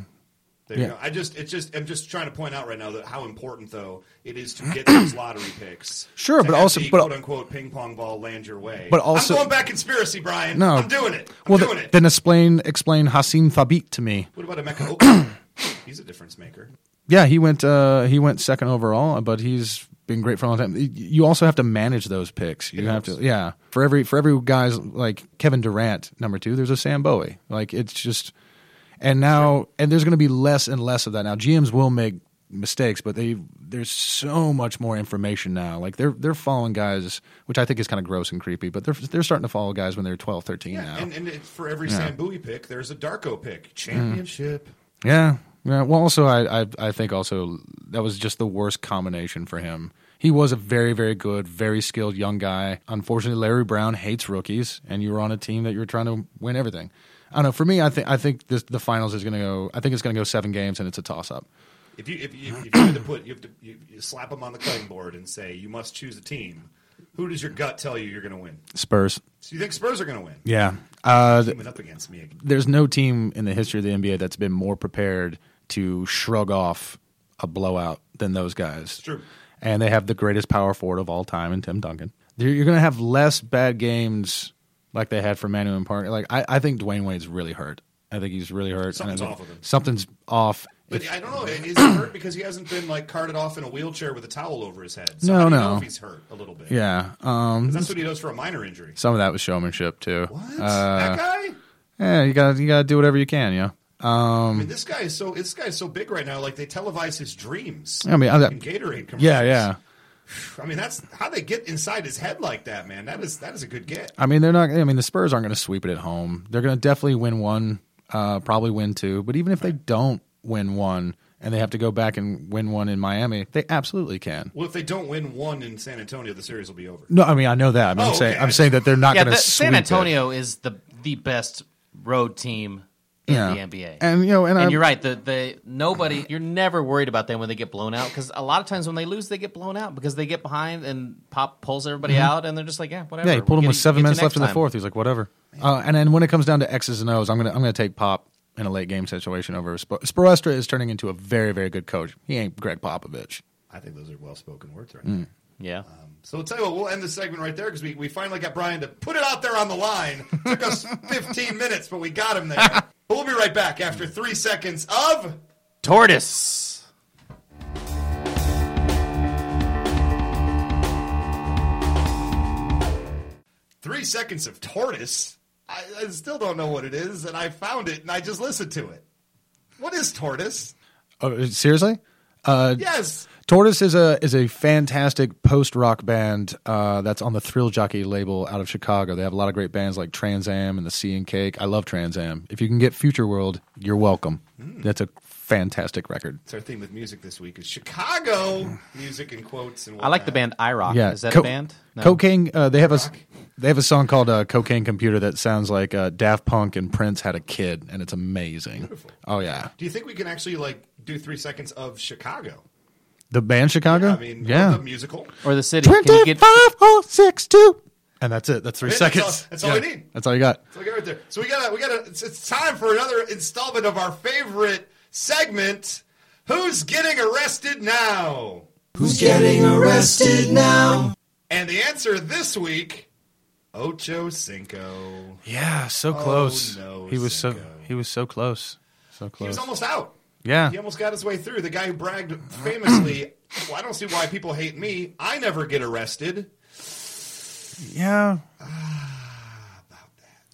S2: There you
S5: Yeah.
S2: go. I just, it's just, I'm just trying to point out right now that how important though it is to get
S5: (clears throat)
S2: those lottery picks.
S5: Sure,
S2: to
S5: but
S2: have
S5: also-
S2: the,
S5: but-
S2: quote unquote ping pong ball land your way.
S5: But also-
S2: I'm going back conspiracy, Brian.
S5: No.
S2: I'm doing it. I'm
S5: well,
S2: doing
S5: th-
S2: it.
S5: then explain explain Hasim Thabit to me.
S2: what about
S5: (clears throat)
S2: Emeka Okafor? (clears throat) He's a difference maker.
S5: Yeah, he went uh, he went second overall, but he's been great for a long time. Y- You also have to manage those picks. You have to yeah. For every for every guys like Kevin Durant number 2, there's a Sam Bowie. Like it's just and now and there's going to be less and less of that now. GMs will make mistakes, but they there's so much more information now. Like they're they're following guys, which I think is kind of gross and creepy, but they're they're starting to follow guys when they're 12, 13
S2: Yeah,
S5: now.
S2: and, and it, for every Sam Bowie pick, there's a Darko
S5: Mm.
S2: pick. Championship.
S5: Yeah. Yeah. Well, also, I, I I think also that was just the worst combination for him. He was a very, very good, very skilled young guy. Unfortunately, Larry Brown hates rookies, and you were on a team that you were trying to win everything. I don't know. For me, I think I think this, the finals is going to go. I think it's going to go seven games, and it's a toss up.
S2: If you if you, if you had to put, you have to you, you slap them on the cutting board and say you must choose a team. Who does your gut tell you you're going to win?
S5: Spurs.
S2: So you think Spurs are going to win?
S5: Yeah. Uh, th-
S2: Teaming up against me. again.
S5: there's no team in the history of the NBA that's been more prepared to shrug off a blowout than those guys.
S2: true.
S5: And they have the greatest power forward of all time in Tim Duncan. You're, you're going to have less bad games like they had for Manu and Parker. Like I, I think Dwayne Wade's really hurt. I think he's really hurt. And I
S2: Something's
S5: think
S2: off with him.
S5: Something's off.
S2: But I don't know. Is he hurt because he hasn't been like carted off in a wheelchair with a towel over his head? So
S5: No,
S2: I don't
S5: no.
S2: Know if he's hurt a little bit.
S5: yeah. Um,
S2: 'Cause that's what he does for a minor injury.
S5: some of that was showmanship too.
S2: What
S5: Uh,
S2: that guy?
S5: yeah, you got to you got to do whatever you can. Yeah. um,
S2: I mean, this guy is so this guy is so big right now. Like they televise his dreams.
S5: I mean, I-
S2: in Gatorade commercials.
S5: Yeah, yeah.
S2: I mean, that's how they get inside his head like that, man. That is that is a good get.
S5: I mean, they're not. I mean, the Spurs aren't going to sweep it at home. They're going to definitely win one, uh, probably win two. But even if they don't win one and they have to go back and win one in Miami, they absolutely can.
S2: Well, if they don't win one in San Antonio, the series will be over.
S5: No, I mean, I know that. I mean,
S2: Oh,
S5: I'm saying
S2: okay.
S5: I'm saying that they're not
S3: yeah,
S5: going
S3: the,
S5: to sweep
S3: San
S5: it.
S3: Antonio is the the best road team in
S5: Yeah.
S3: the NBA.
S5: And you know, and,
S3: And
S5: I,
S3: you're right. The the nobody. You're never worried about them when they get blown out because a lot of times when they lose, they get blown out because they get behind and Pop pulls everybody out, and they're just like, yeah, whatever.
S5: Mm-hmm. Yeah, he pulled
S3: We'll
S5: him
S3: get
S5: with
S3: you-
S5: seven
S3: get you
S5: minutes left
S3: next
S5: in the
S3: time.
S5: fourth. He's like, whatever. Uh, and then when it comes down to X's and O's, I'm gonna I'm gonna take Pop in a late game situation over Spo- Spoelstra is turning into a very very good coach. He ain't Greg Popovich.
S2: I think those are well spoken words right
S5: Mm.
S2: there.
S3: Yeah.
S2: So we'll tell you what, we'll end the segment right there because we, we finally got Brian to put it out there on the line. Took us 15 minutes, but we got him there. But we'll be right back after three seconds of.
S3: Tortoise.
S2: Three seconds of tortoise. I, I still don't know what it is, and I found it and I just listened to it. What is tortoise?
S5: Oh, seriously? Uh,
S2: Yes.
S5: Tortoise is a is a fantastic post rock band uh, that's on the Thrill Jockey label out of Chicago. They have a lot of great bands like Trans Am and the Sea and Cake. I love Trans Am. If you can get Future World, you're welcome.
S2: Hmm.
S5: That's a fantastic record.
S2: It's our theme with music this week is Chicago music in quotes and
S3: I like the
S2: whatnot.
S3: band IROC.
S5: Yeah,
S3: Is that
S5: Co-
S3: a band? No.
S5: Cocaine. Uh, they have a s- they have a song called uh, "Cocaine Computer" that sounds like uh, Daft Punk and Prince had a kid, and it's amazing. Oh yeah,
S2: Do you think we can actually like do three seconds of Chicago?
S5: the band Chicago.
S2: I mean,
S5: yeah,
S2: the musical.
S3: Or the city? Can you
S5: twenty
S3: get
S5: five oh six two, and that's it. That's three
S2: Yeah, that's all-
S5: seconds.
S2: that's all
S5: Yeah,
S2: we need.
S5: That's all you got.
S2: So we got right there. So we got to we got to. It's, it's time for another installment of our favorite segment. Who's getting arrested now?
S1: Who's getting arrested now?
S2: And the answer this week, Ocho Cinco.
S5: Yeah, so close.
S2: Oh, no,
S5: he was so
S2: Cinco.
S5: he was so close, so
S2: He
S5: close.
S2: was almost out.
S5: yeah,
S2: He almost got his way through. The guy who bragged famously,
S5: (clears throat)
S2: well, I don't see why people hate me. I never get arrested.
S5: yeah.
S2: Ah,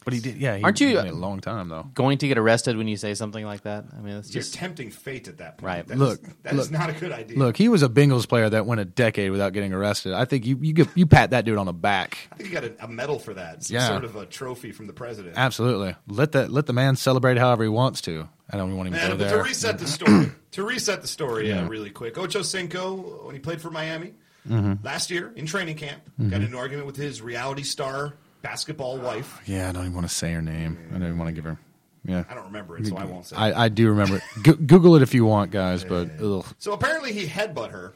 S5: But he did. Yeah, he
S3: Aren't you-
S5: waited a long time though?
S3: going to get arrested when you say something like that? I mean, it's
S2: You're
S3: just
S2: tempting fate at that point.
S3: Right.
S2: That is-
S5: Look,
S2: that is
S5: look,
S2: not a good idea.
S5: Look, he was a Bengals player that went a decade without getting arrested. I think you you give- you pat that dude on the back.
S2: I think he got a, a medal for that. Some
S5: Yeah.
S2: sort of a trophy from the president.
S5: Absolutely. Let that let the man celebrate however he wants to. I don't want him to go
S2: And but to
S5: there. Mm-hmm.
S2: reset the story, to reset the story uh,
S5: Yeah.
S2: really quick, Ocho Cinco, when he played for Miami
S5: Mm-hmm.
S2: last year in training camp, got in an argument with his reality star basketball wife.
S5: Yeah, I don't even want to say her name. I don't even want to give her. Yeah,
S2: I don't remember it, so I won't say. it.
S5: I, I do remember. It. Go- Google it if you want, guys. But ugh.
S2: So apparently he headbutt her,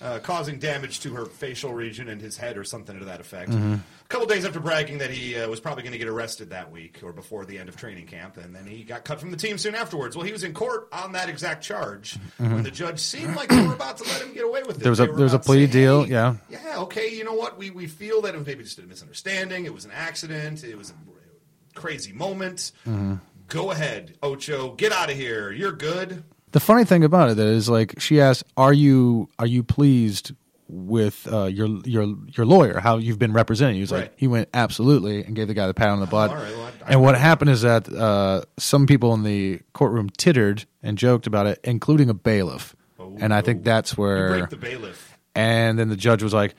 S2: uh, causing damage to her facial region and his head or something to that effect.
S5: Mm-hmm.
S2: A couple days after bragging that he uh, was probably going to get arrested that week or before the end of training camp, and then he got cut from the team soon afterwards. Well, he was in court on that exact charge when the judge seemed like they were about to let him get away with it.
S5: Mm-hmm. There was a-
S2: They were
S5: there was a
S2: about to
S5: plea
S2: say,
S5: deal,
S2: "Hey,
S5: yeah.
S2: yeah, okay, you know what? We, we feel that it was maybe just a misunderstanding. It was an accident. It was a crazy moment.
S5: Mm-hmm.
S2: Go ahead, Ocho. Get out of here. You're good.
S5: the funny thing about it is, like, she asked, "Are you are you pleased with uh, your your your lawyer? How you've been represented?" He was
S2: Right.
S5: like, he went absolutely and gave the guy the pat on the butt.
S2: all right, well, I-
S5: and what happened is that uh, some people in the courtroom tittered and joked about it, including a bailiff. and I think that's
S2: Oh, You
S5: where
S2: break the bailiff.
S5: And then the judge was like,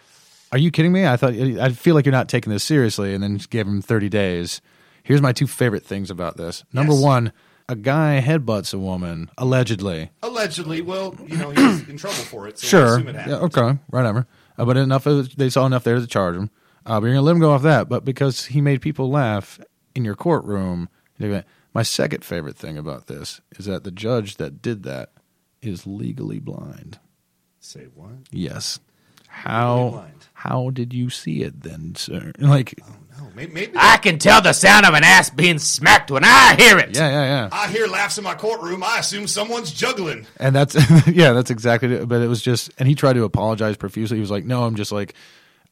S5: "Are you kidding me? I thought I feel like you're not taking this seriously." And then just gave him 30 days. Here's my two favorite things about this. Number
S2: Yes.
S5: one, a guy headbutts a woman allegedly.
S2: Allegedly, well, you know, he was in trouble for it. So we'll
S5: Sure,
S2: assume it
S5: yeah,
S2: happened.
S5: okay, whatever. Uh, but enough of, they saw enough there to charge him. Uh, but you're gonna let him go off that. But because he made people laugh in your courtroom, you're gonna- my second favorite thing about this is that the judge that did that is legally blind.
S2: Say what?
S5: Yes.
S2: Legally
S5: How
S2: blind.
S5: how did you see it then, sir? Like
S2: No, maybe, maybe
S3: I can tell the sound of an ass being smacked when I hear it.
S5: yeah, yeah, yeah.
S2: I hear laughs in my courtroom. I assume someone's juggling.
S5: And that's (laughs) yeah, that's exactly it. But it was just and he tried to apologize profusely. He was like, "No, I'm just like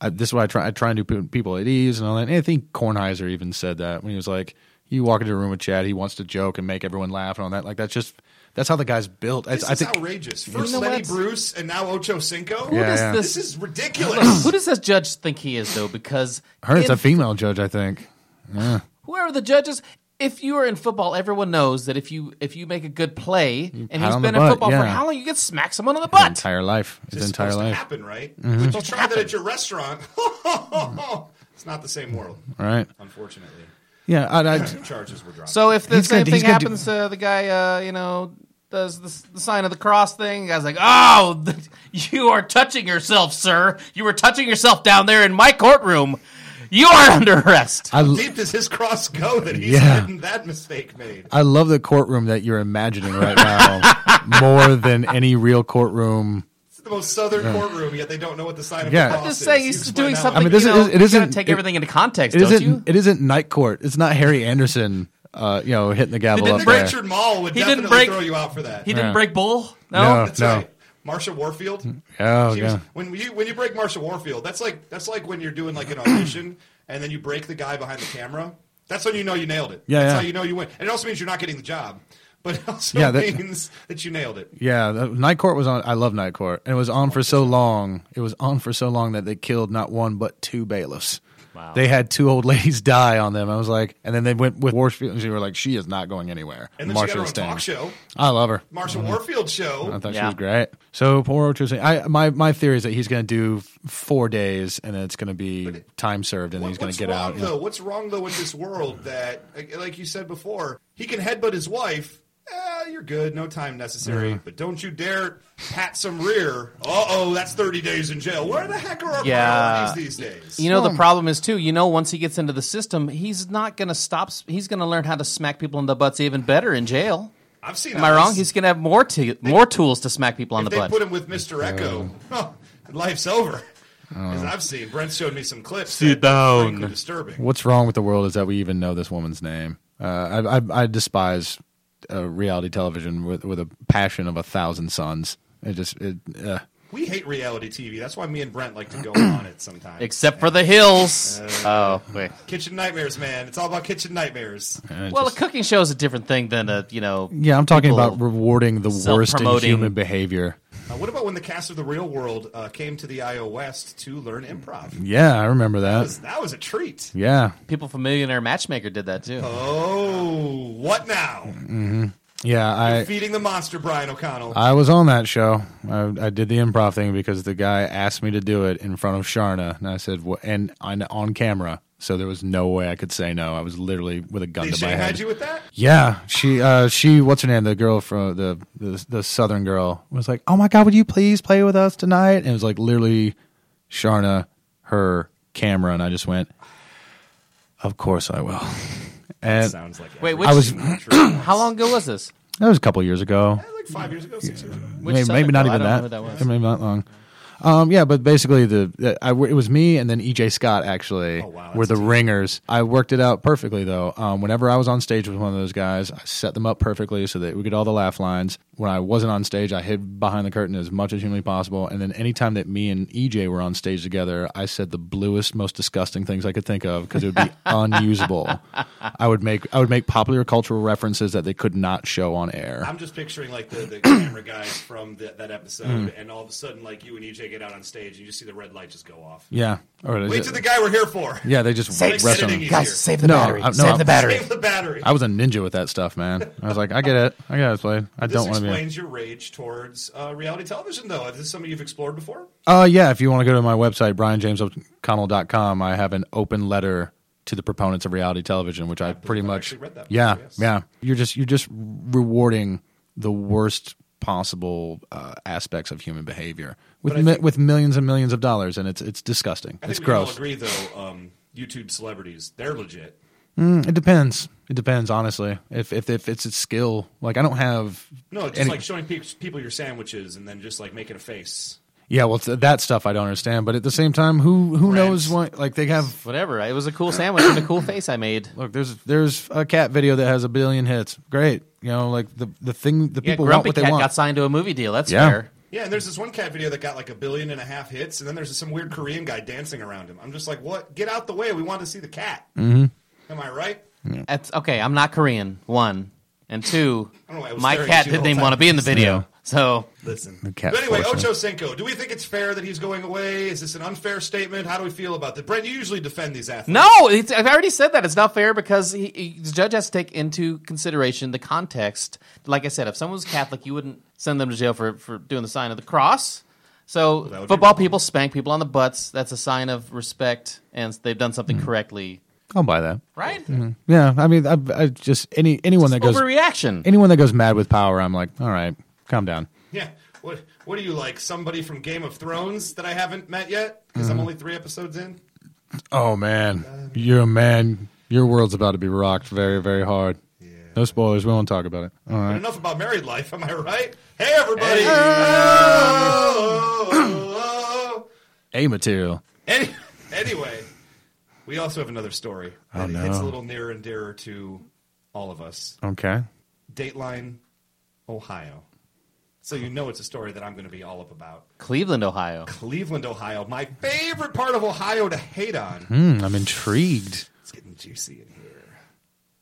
S5: I, this is why I try I try and do pe- people at ease and all that." And I think Kornheiser even said that when he was like, "You walk into a room with Chad, he wants to joke and make everyone laugh and all that." Like that's just that's how the guy's built. It's,
S2: This
S5: I
S2: is
S5: think
S2: outrageous. First
S3: know
S2: Lenny
S3: what?
S2: Bruce and now Ocho Cinco.
S5: Yeah,
S3: does
S5: yeah.
S3: this-
S2: This is
S5: (clears throat)
S2: ridiculous.
S3: Who does this judge think he is, though? Because
S5: her it's
S3: in-
S5: a female judge. I think
S3: whoever the judge is, if you are in football, everyone knows that if you if you make a good play and
S5: pat
S3: he's
S5: on the
S3: been in
S5: butt,
S3: football for
S5: yeah.
S3: how long, you can smack someone on the
S5: His
S3: butt.
S5: entire life, his
S2: This is
S5: entire
S2: supposed to
S5: life. Mm-hmm.
S2: happen, right? Would you try that at your restaurant? (laughs) it's not the same world,
S5: All right,
S2: unfortunately.
S5: yeah.
S2: (laughs)
S5: I, I,
S2: Charges were dropped.
S3: So if the
S5: He's
S3: same
S5: gonna- he's
S3: thing
S5: gonna do-
S3: happens, uh, the guy, uh, you know, does the, the sign of the cross thing, the guy's like, oh, (laughs) you are touching yourself, sir. You were touching yourself down there in my courtroom. You are under arrest.
S5: I,
S2: Deep does his cross go that he's
S5: Yeah.
S2: getting that mistake made?
S5: I love the courtroom that you're imagining right
S2: (laughs)
S5: now more than any real courtroom.
S2: It's the most southern courtroom, yet they don't know what the sign of
S5: Yeah.
S2: the
S5: I'm
S2: cross
S3: just
S2: is.
S3: saying
S2: You
S3: he's
S2: can
S3: doing
S2: find out.
S3: something.
S5: I mean,
S3: you
S5: this
S3: know,
S5: is-
S3: you
S5: it
S3: gotta
S5: isn't-
S3: take
S5: it-
S3: everything into context,
S5: It
S3: don't
S5: isn't.
S3: you?
S5: It isn't night court. It's not Harry Anderson. Uh, you know, hitting the gavel
S2: I
S5: up
S2: think
S5: there.
S2: Richard Mall would
S3: He didn't
S2: definitely
S3: break-
S2: throw you out for that.
S3: He didn't
S5: Yeah.
S3: break bull.
S5: No.
S3: No,
S2: That's
S5: No.
S2: right. Marsha Warfield.
S5: Oh
S2: She was-
S5: yeah.
S2: when you when you break Marsha Warfield, that's like that's like when you're doing like an audition and then you break the guy behind the camera. That's when you know you nailed it.
S5: Yeah,
S2: that's
S5: yeah.
S2: how you know you win. And it also means you're not getting the job, but it also
S5: Yeah, that-
S2: means that you nailed it.
S5: Yeah, the, Night Court was on. I love Night Court, and it was on for so long. It was on for so long that they killed not one but two bailiffs. Wow. They had two old (laughs) ladies die on them. I was like, and then they went with Warfield, and she were like, she is not going anywhere.
S2: And then
S5: Marsha
S2: she got her
S5: was
S2: own
S5: staying. Mm-hmm.
S2: talk show,
S5: I love her.
S2: Marsha Warfield show.
S5: I thought she
S3: Yeah.
S5: was great. So poor Orchard Singh. I my my theory is that he's going to do f- four days, and then it's going to be time served, and then
S2: What-
S5: he's going to
S2: what's
S5: get
S2: wrong,
S5: out. you know.
S2: Though, what's wrong though with this world that, like- like you said before, he can headbutt his wife. Eh, you're good, no time necessary. But don't you dare pat some rear. Uh oh, that's thirty days in jail. Where the heck are our
S3: Yeah.
S2: priorities these days?
S3: You know the problem is too. You know, once he gets into the system, he's not going to stop. s- He's going to learn how to smack people in the butts even better in jail.
S2: I've seen.
S3: Am I
S2: how
S3: wrong?
S2: this-
S3: He's going to have more to, more tools to smack people on
S2: if
S3: the
S2: they
S3: butt.
S2: put him with Mr. Echo. (laughs) huh, life's over.
S3: Oh.
S2: As I've seen, Brent showed me some clips.
S4: Sit
S2: that are
S4: down.
S2: frankly Disturbing.
S5: What's wrong with the world is that we even know this woman's name. Uh, I, I I despise uh, reality television with with a passion of a thousand suns. It just it. Uh,
S2: We hate reality TV. That's why me and Brent like to
S3: (clears throat)
S2: go on it sometimes.
S3: Except for the hills. oh wait.
S2: kitchen nightmares, man. It's all about kitchen nightmares.
S5: it
S3: Well,
S5: just-
S3: a cooking show is a different thing than a you know.
S5: yeah, I'm talking
S3: people-
S5: about rewarding the worst in
S3: self-promoting.
S5: human behavior.
S2: Uh, what about when the cast of The Real World uh, came to the IO West to learn improv? That
S5: Yeah, I remember that.
S2: was, that was a treat.
S5: Yeah,
S3: people from Millionaire Matchmaker did that too.
S2: Oh, what now?
S5: yeah. I
S2: Feeding the monster, Brian O'Connell.
S5: I was on that show. I, I did the improv thing because the guy asked me to do it in front of Sharna, and I said, "What?" And on, on camera, so there was no way I could say no. I was literally with a gun
S2: Did
S5: to
S2: she
S5: my
S2: had
S5: head.
S2: you with that?
S5: Yeah, she, uh, she, what's her name? The girl from the, the the Southern girl was like, "Oh my God, would you please play with us tonight?" And it was like literally Sharna, her camera, and I just went, "Of course I will." (laughs) And that
S2: Sounds like it.
S3: Wait, which,
S5: I was-
S2: (coughs)
S3: how long ago was this?
S5: was a couple years ago.
S2: like five years ago, six years ago.
S3: Which
S5: maybe,
S3: Southern
S5: maybe not
S3: girl? I don't
S5: even
S3: know
S5: that.
S3: who that was.
S5: Yeah, Maybe not long. Um, yeah, but basically the, the I, it was me and then EJ Scott actually
S2: Oh, wow,
S5: were
S2: that's
S5: the ringers. I worked it out perfectly though. Um, whenever I was on stage with one of those guys, I set them up perfectly so that we get all the laugh lines. When I wasn't on stage, I hid behind the curtain as much as humanly possible. And then anytime that me and EJ were on stage together, I said the bluest, most disgusting things I could think of because it
S2: (laughs)
S5: would be unusable. I would make I would make popular cultural references that they could not show on air.
S2: I'm just picturing like the, the camera guys from the, that episode,
S5: Mm.
S2: and all of a sudden, like you and EJ get out on stage, and you just see the red light just go off.
S5: yeah. Or is
S2: Wait
S5: it-
S2: to the guy we're here for.
S5: Yeah, they just
S2: Save
S5: rest
S2: editing
S5: on.
S2: easier.
S7: Guys, save the
S5: No,
S7: battery.
S5: I- no,
S7: save
S5: I-
S7: the battery.
S2: Save the battery.
S5: I was a ninja with that stuff, man. I was like, I get it, I got it, played. I
S2: this
S5: don't want to be.
S2: explains your rage towards uh, reality television, though. Is this something you've explored before?
S5: Uh, yeah. If you want to go to my website, brianjamesoconnell.com, I have an open letter to the proponents of reality television, which I pretty much.
S2: actually read that
S5: yeah,
S2: before, yes.
S5: yeah. You're just you're just rewarding the worst possible uh, aspects of human behavior with mi- with millions and millions of dollars, and it's it's disgusting.
S2: I think
S5: it's
S2: we
S5: gross.
S2: all agree, though. Um, YouTube celebrities, they're legit.
S5: Hmm, It depends. It depends, honestly. If if if it's a skill, like I don't have
S2: No, it's just
S5: any-
S2: like showing pe- people your sandwiches and then just like making a face.
S5: Yeah, well, th- that stuff I don't understand. But at the same time, who who knows what? Like they have.
S3: Whatever. It was a cool sandwich and a cool face I made.
S5: Look, there's there's a cat video that has a billion hits. Great, you know, like the the thing the
S3: Yeah,
S5: people want
S3: Grumpy
S5: what they
S3: Cat
S5: want.
S3: got signed to a movie deal. That's
S5: Yeah.
S3: fair.
S2: Yeah, and there's this one cat video that got like a billion and a half hits, and then there's some weird Korean guy dancing around him. I'm just like, what? Get out the way. We want to see the cat. Mm-hmm. Am I right?
S3: That's okay. I'm not Korean. One and two.
S2: (laughs) I don't know why I was
S3: my
S2: staring at
S3: cat
S2: you the
S3: didn't
S2: whole
S3: even want to
S2: time.
S3: be in the video. So
S2: Listen.
S5: cat
S2: but anyway,
S5: portion.
S2: Ocho Cinco, do we think it's fair that he's going away? Is this an unfair statement? How do we feel about that? Brent, you usually defend these athletes.
S3: no, it's, I've already said that it's not fair because he, he- the judge has to take into consideration the context. Like I said, if someone was Catholic, you wouldn't send them to jail for for doing the sign of the cross. So
S2: that would be
S3: football
S2: wrong.
S3: people spank people on the butts. That's a sign of respect, and they've done something
S5: Mm-hmm.
S3: correctly,
S5: I'll buy that.
S3: right?
S5: Yeah, I mean, I, I just any anyone Mm-hmm. that goes
S3: Overreaction.
S5: anyone that goes mad with power, I'm like, all right, calm down.
S2: Yeah. What
S5: Mm-hmm.
S2: What are you like? Somebody from Game of Thrones that I haven't met yet because I'm only three episodes in.
S5: Oh man, you're a man. Your world's about to be rocked very, very hard. No spoilers. We won't talk about it.
S2: But
S5: All right.
S2: enough about married life, am I right? Hey, everybody! Oh.
S5: A material.
S2: Any- anyway, we also have another story that
S5: Oh, no.
S2: hits a little nearer and dearer to all of us.
S5: Okay.
S2: Dateline, Ohio. So you know it's a story that I'm going to be all up about.
S3: Cleveland, Ohio.
S2: Cleveland, Ohio, my favorite part of Ohio to hate on.
S5: Hmm, I'm intrigued.
S2: It's getting juicy in here.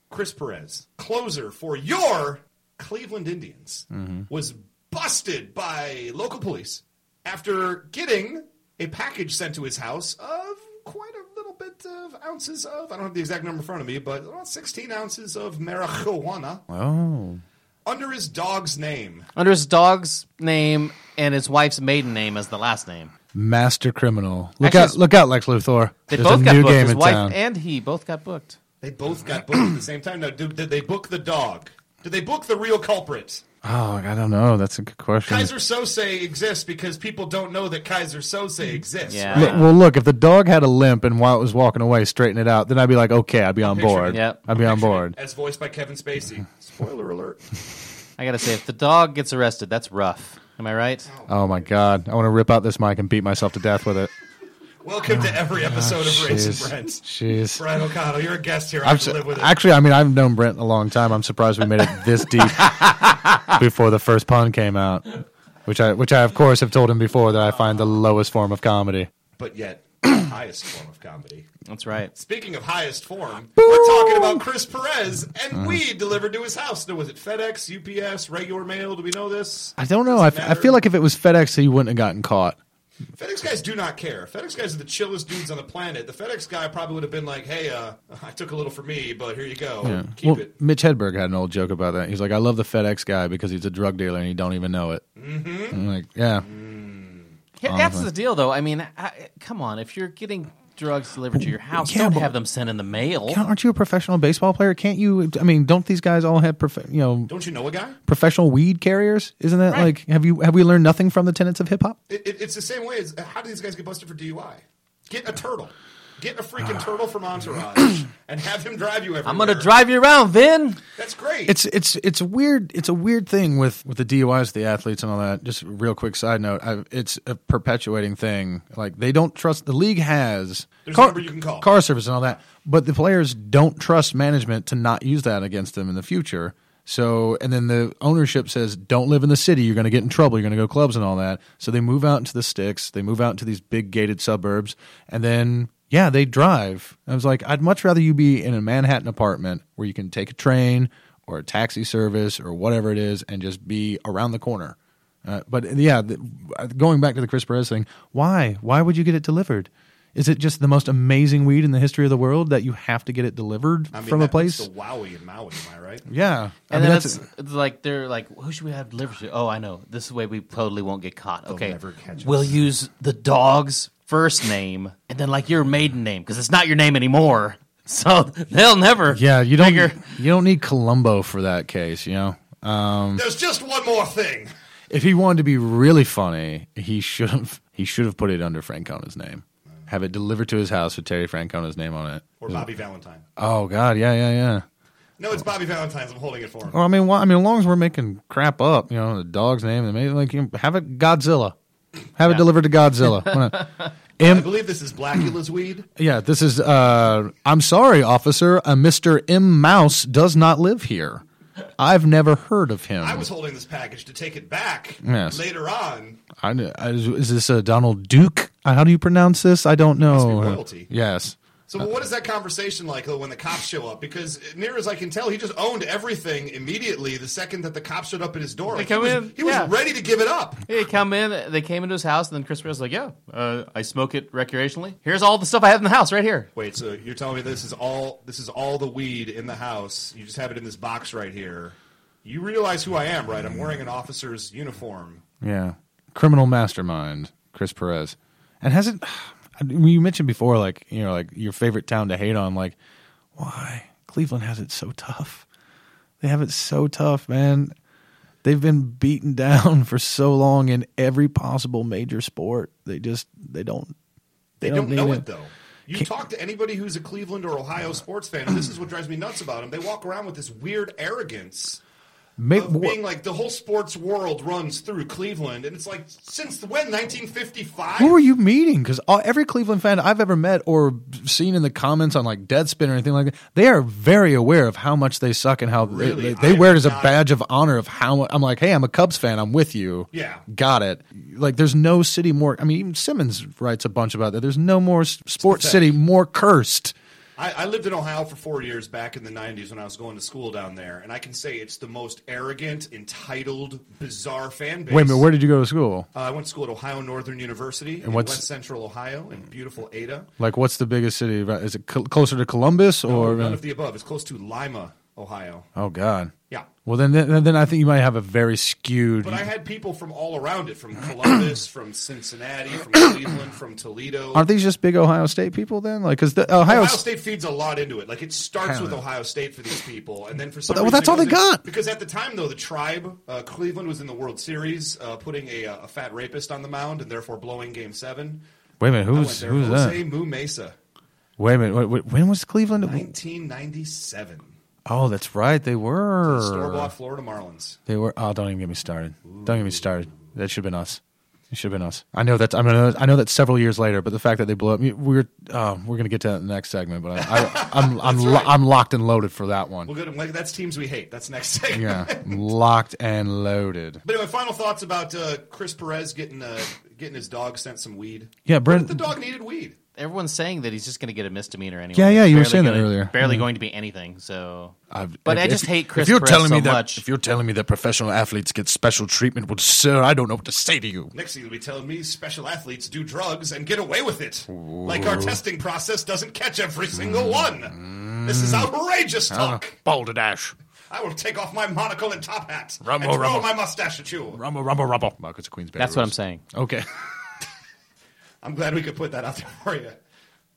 S2: Chris Perez, closer for your Cleveland Indians, was busted by local police after getting a package sent to his house of quite a little bit of ounces of, I don't have the exact number in front of me, but about 16 ounces of marijuana
S5: Oh.
S2: under his dog's name.
S3: Under his dog's name and his wife's maiden name as the last name.
S5: Master criminal. Look
S3: Actually,
S5: out! Look out, Lex Luthor.
S3: They
S5: There's
S3: both
S5: a
S3: got
S5: new
S3: booked.
S5: game
S3: his
S5: in
S3: wife
S5: town.
S3: and he both got booked.
S2: They both got booked at the same time. Now, did, did they book the dog? Did they book the real culprit?
S5: oh, I don't know. That's a good question.
S2: Kaiser Sose exists because people don't know that Kaiser Sose exists.
S3: Yeah.
S2: Right?
S5: Look- well, look. If the dog had a limp and while it was walking away, straighten it out, then I'd be like, okay, I'd be on
S2: picturing
S5: board.
S3: it. Yep.
S5: I'd be on board.
S2: As voiced by Kevin
S5: (laughs)
S2: Spacey. Spoiler alert.
S3: I gotta say, if the dog gets arrested, that's rough. Am I right?
S5: Oh my god, I want to rip out this mic and beat myself to death with it.
S2: Welcome to every episode of Race and
S5: Ah, Jeez.
S2: Brent.
S5: Jeez.
S2: Brian O'Connell, you're a guest here. I
S5: I'm
S2: have to live with it.
S5: actually, I mean, I've known Brent a long time. I'm surprised we made it
S3: (laughs)
S5: this deep before the first pun came out, which I, which I of course have told him before that I find the lowest form of comedy.
S2: but
S5: (clears throat)
S2: yet, the highest form of comedy.
S3: That's right.
S2: Speaking of highest form, we're talking about Chris Perez
S5: Uh-huh.
S2: and weed delivered to his house. Now, was it FedEx, UPS, regular mail? Do we know this?
S5: I don't know. I, f- I feel like if it was FedEx, he wouldn't have gotten caught.
S2: FedEx guys do not care. FedEx guys are the chillest dudes on the planet. The FedEx guy probably would have been like, "Hey, uh, (laughs) I took a little for me, but here you go. Keep
S5: well,
S2: it."
S5: Mitch Hedberg had an old joke about that. He's like, I love the FedEx guy because he's a drug dealer and he don't even know it. Mm-hmm. I'm like, yeah,
S3: Yeah, That's the deal, though. I mean, I, come on. If you're getting drugs delivered to your house,
S5: Yeah,
S3: don't
S5: but-
S3: have them sent in the mail.
S5: Can't- aren't you a professional baseball player? Can't you? I mean, don't these guys all have prof- you know
S2: Don't you know a guy?
S5: professional weed carriers? Isn't that
S3: Right.
S5: like have you have we learned nothing from the tenets of hip hop?
S2: It, it, it's the same way as how do these guys get busted for DUI? Get a turtle. Get a freaking turtle from (clears throat) Entourage and have him drive you everywhere.
S3: I'm gonna drive you around, Vin.
S2: That's great.
S5: It's it's it's a weird it's a weird thing with with the DUIs, the athletes, and all that. Just a real quick side note, i it's a perpetuating thing. Like they don't trust the league has
S2: There's a number you can call.
S5: car service and all that, but the players don't trust management to not use that against them in the future. So and then the ownership says, "Don't live in the city. You're going to get in trouble. You're going to go clubs and all that." So they move out into the sticks. They move out into these big gated suburbs, and then yeah, they drive. I was like, I'd much rather you be in a Manhattan apartment where you can take a train or a taxi service or whatever it is and just be around the corner. Uh, but yeah, the, uh, going back to the Chris Perez thing, why? Why would you get it delivered? Is it just the most amazing weed in the history of the world that you have to get it delivered
S2: I mean,
S5: from a
S2: that puts
S5: place?
S2: The Wowie and Maui, am I right?
S5: yeah,
S3: And
S5: I mean,
S3: then it's, it's like they're like, who should we have delivered to? Oh, I know. This is the way we totally won't get caught. Okay,
S2: never catch
S3: we'll use the dog's first name and then like your maiden name because it's not your name anymore. So they'll never.
S5: yeah. You don't
S3: figure-
S5: (laughs) you don't need Columbo for that case. You know, Mm.
S2: There's just one more thing.
S5: if he wanted to be really funny, he should have he should have put it under Francona's name, have it delivered to his house with Terry Francona's name on it.
S2: Or Bobby Valentine.
S5: Oh God, yeah, yeah, yeah.
S2: No, it's Bobby Valentine's. I'm holding it for him.
S5: Well, I mean, why, I mean, as long as we're making crap up, you know, the dog's name, and maybe like you have it Godzilla, have it delivered to Godzilla. Why not?
S2: I
S5: M,
S2: believe this is
S5: (clears throat)
S2: Blackula's weed.
S5: yeah, this is. Uh, I'm sorry, officer. Uh, Mr. M Mouse does not live here. I've never heard of him.
S2: I was holding this package to take it back
S5: Mm. Yes.
S2: later on.
S5: I kn- I- is, is this uh, Donald Duke? Uh, How do you pronounce this? I don't know.
S2: be royalty.
S5: Yes.
S2: So what is that conversation like though, when the cops show up? Because near as I can tell, he just owned everything immediately the second that the cops showed up at his door. Like, he
S3: come
S2: was,
S3: in,
S2: he was
S3: yeah.
S2: ready to give it up.
S3: They come in. They came into his house, and then Chris Perez was like, "Yeah, uh, I smoke it recreationally. Here's all the stuff I have in the house right here."
S2: Wait, so you're telling me this is all this is all the weed in the house? You just have it in this box right here. You realize who I am, right? I'm wearing an officer's uniform.
S5: Yeah. Criminal mastermind, Chris Perez. And hasn't (sighs) I mean, you mentioned before like, you know, like your favorite town to hate on like why? Cleveland has it so tough. They have it so tough, man. They've been beaten (laughs) down for so long in every possible major sport. They just they don't
S2: They,
S5: they,
S2: don't, know
S5: need
S2: it though. You talk to anybody who's a Cleveland or Ohio sports fan, and this is what drives me nuts about them. They walk around with this weird arrogance
S5: Make,
S2: of being like the whole sports world runs through Cleveland, and it's like since when 1955?
S5: Who are you meeting? Because every Cleveland fan I've ever met or seen in the comments on like Deadspin or anything like that, they are very aware of how much they suck and how they-
S2: Really?
S5: they,
S2: I
S5: they wear it as a
S2: am not-
S5: badge of honor of how I'm like, hey, I'm a Cubs fan. I'm with you.
S2: Yeah.
S5: Got it. Like, there's no city more. I mean, even Simmons writes a bunch about that. There's no more s- sports city more cursed.
S2: I, I lived in Ohio for four years back in the 90s when I was going to school down there, and I can say it's the most arrogant, entitled, bizarre fan base.
S5: Wait a minute, where did you go to school?
S2: Uh, I went to school at Ohio Northern University in
S5: what's-
S2: West Central Ohio in beautiful Ada.
S5: Like, what's the biggest city? Is it cl- closer to Columbus or?
S2: None of the above. It's close to Lima, Ohio.
S5: oh God.
S2: Yeah.
S5: Well, then, then, then I think you might have a very skewed.
S2: But I had people from all around
S5: (clears throat)
S2: it, from Columbus, from Cincinnati, from Cleveland, from Toledo.
S5: Aren't these just big Ohio State people then? Like, because the Ohio,
S2: Ohio State feeds a lot into it. Like it starts with Ohio State for these people, and then for some.
S5: But that- well,
S2: reason
S5: that's
S2: it
S5: all they
S2: goes in-
S5: got.
S2: Because at the time, though, the tribe uh, Cleveland was in the World Series, uh, putting a, uh, a fat rapist on the mound, and therefore blowing Game Seven.
S5: Wait a minute,
S2: I
S5: who's
S2: went there.
S5: who's
S2: Jose
S5: that?
S2: Mu Mesa,
S5: Wait a minute, wait, wait, when was Cleveland?
S2: nineteen ninety seven.
S5: Oh, that's right, they
S2: Store
S5: were.
S2: bought Florida Marlins.
S5: They were. Oh, don't even get me started. Don't get me started. That should have been us. It should have been us. I know that. I mean, I know that several years later, but the fact that they blew up, we we're uh, we're gonna get to that in the next segment. But I,
S2: (laughs)
S5: I, I'm I'm lo- I'm locked and loaded for that one.
S2: Well, good. Like that's teams we hate. That's next segment.
S5: Yeah, locked and loaded.
S2: (laughs) But anyway, final thoughts about uh, Chris Perez getting uh, getting his dog sent some weed.
S5: Yeah, Brent-
S2: What if the dog needed weed.
S3: Everyone's saying that he's just going to get a misdemeanor anyway.
S5: Yeah, yeah, you were
S3: Barely
S5: saying that
S3: gonna-
S5: earlier. Mm-hmm.
S3: Barely going to be anything. So,
S5: I've-
S3: but
S5: if-
S3: I just
S5: if-
S3: hate Chris
S5: if you're
S3: Perez
S5: telling
S3: so
S5: me that,
S3: much.
S5: If you're telling me that professional athletes get special treatment, well, sir, I don't know what to say to you.
S2: Next thing you'll be telling me, special athletes do drugs and get away with it. Like our testing process doesn't catch every
S5: Mm.
S2: single one. This is
S5: Ah.
S2: outrageous talk.
S5: Balderdash.
S2: I will take off my monocle and top hat
S5: Rumble,
S2: and throw
S5: rumble.
S2: my mustache at you.
S5: Rumble, rumble, rumble. Marcus Queens.
S3: that's what I'm saying.
S5: Okay. (laughs)
S2: I'm glad we could put that out there for you,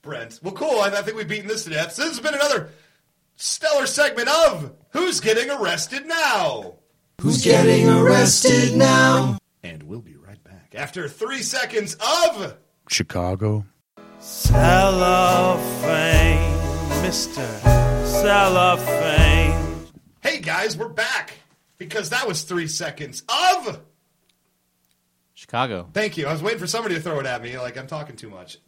S2: Brent. Well, cool. I, I think we've beaten this to death. So this has been another stellar segment of Who's Getting Arrested Now?
S1: Who's getting arrested now?
S2: And we'll be right back after three seconds of.
S5: Chicago.
S7: Cellophane, Mr. Cellophane.
S2: Hey guys, we're back because that was three seconds of.
S3: Chicago.
S2: Thank you. I was waiting for somebody to throw it at me, like I'm talking too much.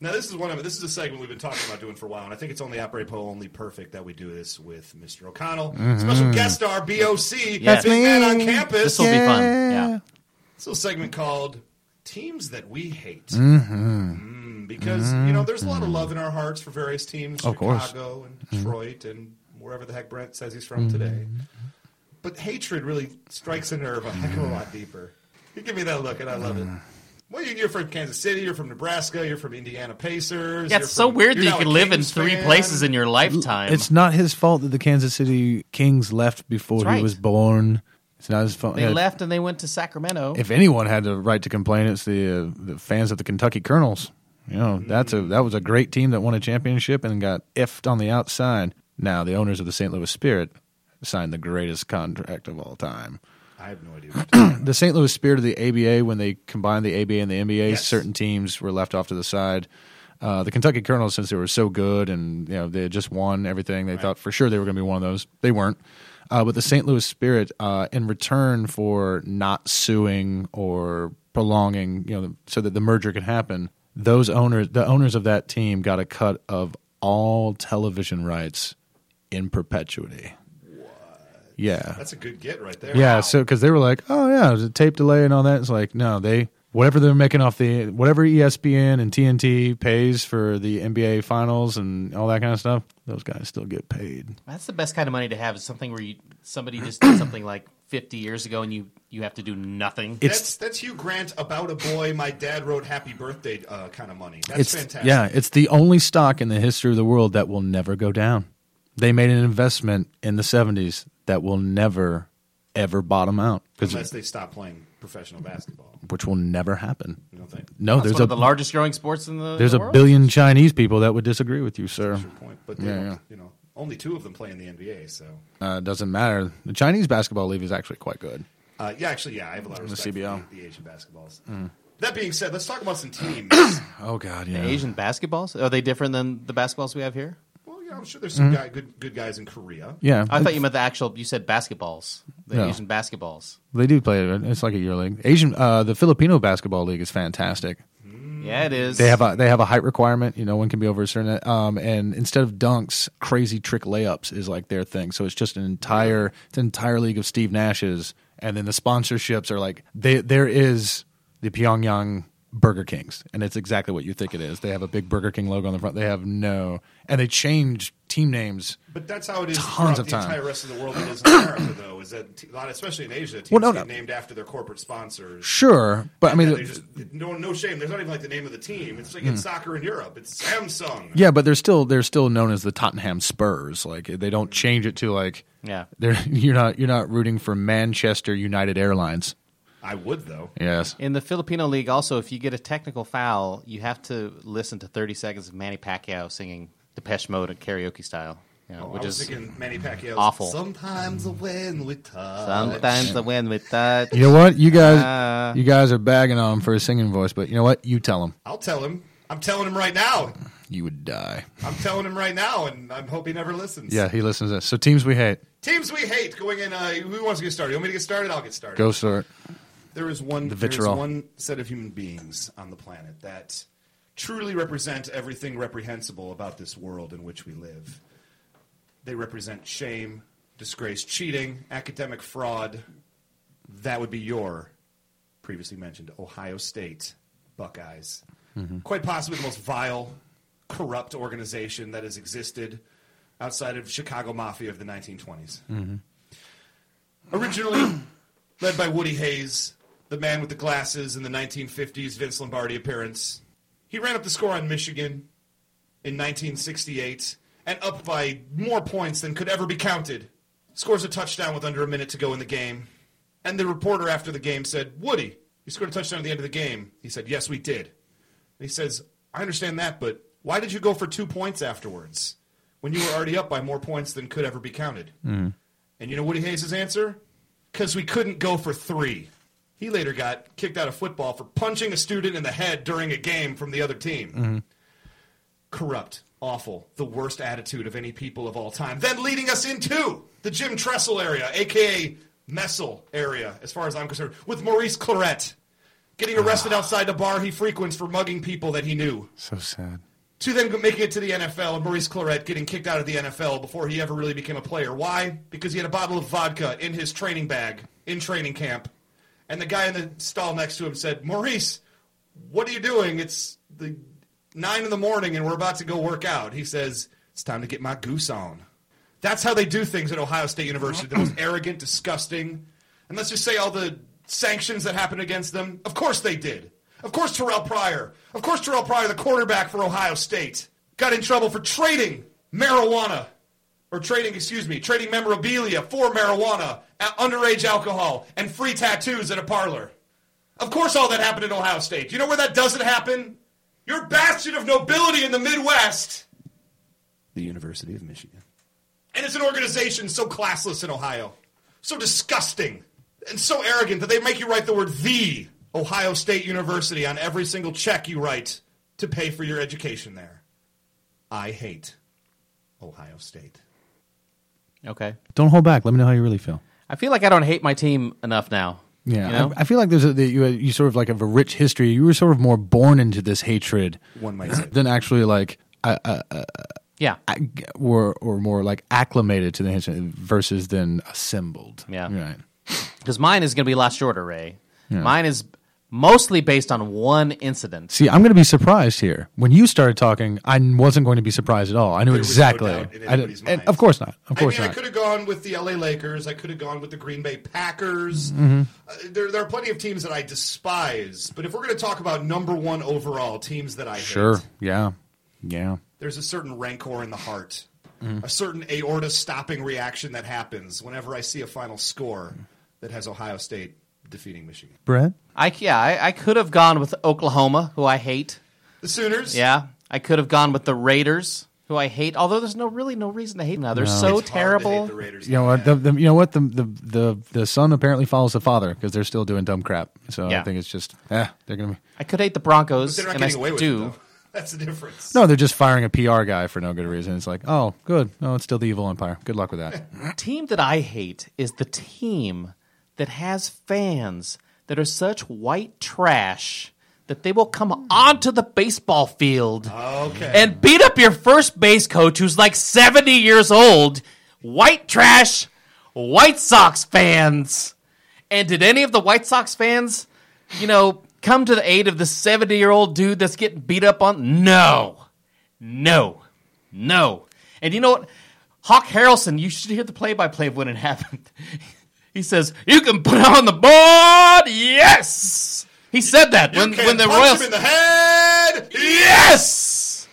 S2: Now this is one of this is a segment we've been talking about doing for a while, and I think it's only Operator Poe only perfect that we do this with Mr. O'Connell, special guest star BOC,
S3: That's
S2: big man
S5: me.
S2: on campus.
S3: Mm-hmm. This will be fun. Yeah.
S2: It's a little segment called "Teams That We Hate,"
S5: Mm-hmm.
S2: Mm, because you know there's a lot of love in our hearts for various teams,
S5: Mm. Of course. Mm-hmm.
S2: Chicago and Detroit and wherever the heck Brent says he's from today. But hatred really strikes a nerve a heck of a lot deeper. You give me that look, and I love it.
S5: Mm.
S2: Well, you- you're from Kansas City. You're from Nebraska. You're from Indiana Pacers.
S3: Yeah,
S2: you're
S3: it's so
S2: from-
S3: weird
S2: you're
S3: that you
S2: now
S3: can
S2: a
S3: live in
S2: Kings
S3: three
S2: fan.
S3: places in your lifetime.
S5: It's not his fault that the Kansas City Kings left before
S3: That's
S5: he
S3: right.
S5: was born. It's not his fault.
S3: they
S5: Yeah.
S3: left and they went to Sacramento.
S5: If anyone had the right to complain, it's the uh, the fans of the Kentucky Colonels. You know, that's a
S3: Mm.
S5: that was a great team that won a championship and got effed on the outside. Now the owners of the St. Louis Spirit signed the greatest contract of all time.
S2: I have no idea. What to do.
S5: (clears throat) the St. Louis Spirit of the ABA, when they combined the ABA and the NBA,
S2: Yes.
S5: certain teams were left off to the side. Uh, the Kentucky Colonels, since they were so good and you know they had just won everything, they thought for sure they were going to be one of those. They weren't. Uh, but the St. Louis Spirit, uh, in return for not suing or prolonging, you know, so that the merger could happen, those owners, the owners of that team, got a cut of all television rights in perpetuity. What? Yeah,
S2: That's a good get right there.
S5: yeah,
S2: Wow.
S5: so because they were like, oh yeah, there's a tape delay and all that. It's like no, they whatever they're making off the whatever E ESPN and TNT pays for the NBA finals and all that kind of stuff, those guys still get paid.
S3: That's the best kind of money to have is something where you, somebody just did something like 50 years ago and you, you have to do nothing.
S2: that's that's Hugh Grant about a boy. My dad wrote "Happy Birthday" uh, kind of money. That's
S5: It's
S2: fantastic.
S5: yeah, it's the only stock in the history of the world that will never go down. They made an investment in the '70s that will never ever bottom out
S2: unless
S5: because
S2: they stop playing professional basketball.
S5: which will never happen.
S2: You don't think?
S5: No,
S3: It's
S5: there's
S3: one
S5: a
S3: of the largest growing sports in the
S5: there's
S3: the
S5: a
S3: world.
S5: billion Chinese people that would disagree with you, sir.
S2: Good point. But they
S5: Yeah,
S2: don't-
S5: yeah.
S2: you know, only two of them play in the NBA. So
S5: Uh, doesn't matter. The Chinese basketball league is actually quite good.
S2: uh, yeah, actually, yeah, I have a lot of respect
S5: CBL. Mm.
S2: for the, the Asian basketballs. That being said, let's talk about some
S5: (coughs)
S2: teams.
S5: Oh God, yeah.
S3: Asian basketballs are they different than the basketballs we have here?
S2: well, yeah, I'm sure there's some guy, good good guys in Korea.
S5: Mm-hmm. Yeah,
S3: I thought you meant the actual. You said basketballs, the
S5: No.
S3: Asian basketballs.
S5: they do play it. It's like a year league. Asian, uh, the Filipino basketball league is fantastic.
S3: Yeah, it is.
S5: They have a they have a height requirement. You know, one can be over a certain. Um, and instead of dunks, crazy trick layups is like their thing. So it's just an entire it's an entire league of Steve Nash's. And then the sponsorships are like they there is the Pyongyang Burger Kings, and it's exactly what you think it is. They have a big Burger King logo on the front. They have no, and they change team names.
S2: But that's how it is
S5: Tons
S2: throughout
S5: of
S2: the
S5: time.
S2: entire rest of the world. It
S5: (coughs)
S2: is in America, though, is that te- a lot, especially in Asia, teams
S5: Well, no,
S2: get
S5: no.
S2: named after their corporate sponsors.
S5: Sure, but I
S2: I
S5: mean, Mm.
S2: mean, just, no, no shame. There's not even like the name of the team. It's like in soccer in Europe. It's Samsung.
S5: Yeah, but they're still they're still known as the Tottenham Spurs. Like they don't change it to like
S3: Yeah.
S5: They're (laughs) you're not you're not rooting for Manchester United Airlines.
S2: I would though.
S5: Yes.
S3: In the Filipino league, also, if you get a technical foul, you have to listen to 30 seconds of Manny Pacquiao singing Depeche Mode at karaoke style, you know,
S2: Oh,
S3: which
S2: I was
S3: is
S2: thinking Manny Pacquiao.
S3: awful.
S2: Sometimes when we touch.
S3: sometimes the win with that.
S5: You know what? You guys
S3: Uh.
S5: you guys are bagging on him for his singing voice, but you know what? You tell him.
S2: I'll tell him. I'm telling him right now.
S5: You would die.
S2: I'm telling him right now, and I'm hoping he never listens.
S5: Yeah, he listens to this. So teams we hate.
S2: Teams we hate going in. Uh, who wants to get started? You want me to get started? I'll get started.
S5: Go start.
S2: There is one.
S5: The
S2: there is
S5: vitriol.
S2: one set of human beings on the planet that truly represent everything reprehensible about this world in which we live. They represent shame, disgrace, cheating, academic fraud. That would be your previously mentioned Ohio State Buckeyes.
S5: Mm-hmm.
S2: Quite possibly the most vile, corrupt organization that has existed outside of Chicago Mafia of the 1920s.
S5: Mm-hmm.
S2: Originally led by Woody Hayes, the man with the glasses in the 1950s Vince Lombardi appearance, he ran up the score on Michigan in 1968 and up by more points than could ever be counted. Scores a touchdown with under a minute to go in the game. And the reporter after the game said, Woody, you scored a touchdown at the end of the game. He said, Yes, we did. And he says, I understand that, but why did you go for two points afterwards when you were already up by more points than could ever be counted? And you know Woody Hayes' answer? Because we couldn't go for three. He later got kicked out of football for punching a student in the head during a game from the other team. Corrupt, awful, the worst attitude of any people of all time. Then leading us into the Jim Tressel area, aka Messel area, as far as I'm concerned, with Maurice Claret getting arrested outside the bar he frequents for mugging people that he knew
S5: So sad.
S2: to then making it to the NFL and Maurice Claret getting kicked out of the NFL before he ever really became a player. Why? Because he had a bottle of vodka in his training bag in training camp, and the guy in the stall next to him said, "Maurice, what are you doing? It's the nine in the morning and we're about to go work out." He says, "It's time to get my goose on." That's how they do things at Ohio State University. The most arrogant, disgusting, and let's just say all the sanctions that happened against them. Of course they did. Of course Terrell Pryor. Of course Terrell Pryor, the quarterback for Ohio State, got in trouble for trading marijuana, or trading, excuse me, trading memorabilia for marijuana, a- underage alcohol, and free tattoos at a parlor. Of course, all that happened in Ohio State. Do you know where that doesn't happen? Your bastion of nobility in the Midwest. The University of Michigan. And it's an organization so classless in Ohio, so disgusting, and so arrogant that they make you write the word the Ohio State University on every single check you write to pay for your education there. I hate Ohio State.
S3: Okay.
S5: Don't hold back. Let me know how you really feel.
S3: I feel like I don't hate my team enough now.
S5: Yeah,
S3: You know?
S5: I, I feel like there's a, that you you sort of like have a rich history. You were sort of more born into this hatred
S2: One might say.
S5: than actually like
S3: yeah.
S5: ag- were or more like acclimated to the hatred versus than assembled.
S3: Yeah.
S5: right.
S3: Because mine is going to be a lot shorter, Ray. Mine is mostly based on one incident.
S5: See, I'm going to be surprised here. When you started talking, I wasn't going to be surprised at all. I knew
S2: There was no
S5: exactly.
S2: doubt in
S5: I didn't-
S2: anybody's
S5: and
S2: mind.
S5: of course not. Of
S2: I
S5: course
S2: mean, I
S5: not.
S2: could have gone with the LA Lakers. I could have gone with the Green Bay Packers.
S5: Mm-hmm.
S2: Uh, there, there are plenty of teams that I despise. But if we're going to talk about number one overall teams that I
S5: Sure.
S2: hate,
S5: Yeah. Yeah.
S2: there's a certain rancor in the heart,
S5: Mm-hmm.
S2: a certain aorta stopping reaction that happens whenever I see a final score that has Ohio State defeating Michigan.
S5: Brett.
S3: I, yeah, I, I could have gone with Oklahoma, who I hate.
S2: The Sooners,
S3: Yeah. I could have gone with the Raiders, who who I hate. Although there's no really no reason to hate them now. They're
S5: No.
S3: so
S2: It's hard to hate
S3: terrible.
S2: the Raiders
S5: You know
S2: like
S5: what? The,
S2: that.
S5: the, you know what? The, the the the son apparently follows the father because they're still doing dumb crap. So I
S3: Yeah.
S5: think it's just eh, they're gonna be
S3: I could hate the Broncos,
S2: They're not
S3: and I
S2: getting away with it.
S3: do.
S2: though. That's the difference.
S5: no, they're just firing a PR guy for no good reason. It's like oh, good, no, it's still the evil empire. Good luck
S2: (laughs)
S5: with that.
S3: team that I hate is the team that has fans that are such white trash that they will come onto the baseball
S2: Oh,
S3: field
S2: Okay.
S3: and beat up your first base coach who's like 70 years old. White trash, White Sox fans. And did any of the White Sox fans, you know, come to the aid of the 70 year old dude that's getting beat up on? No. No. No. And you know what? Hawk Harrelson, you should hear the play by play of when it (laughs) happened. he says, You can put it on the board. Yes. He said that when,
S2: You can
S3: when the
S2: punch
S3: Royals.
S2: him in the head.
S5: (laughs)
S3: Yes!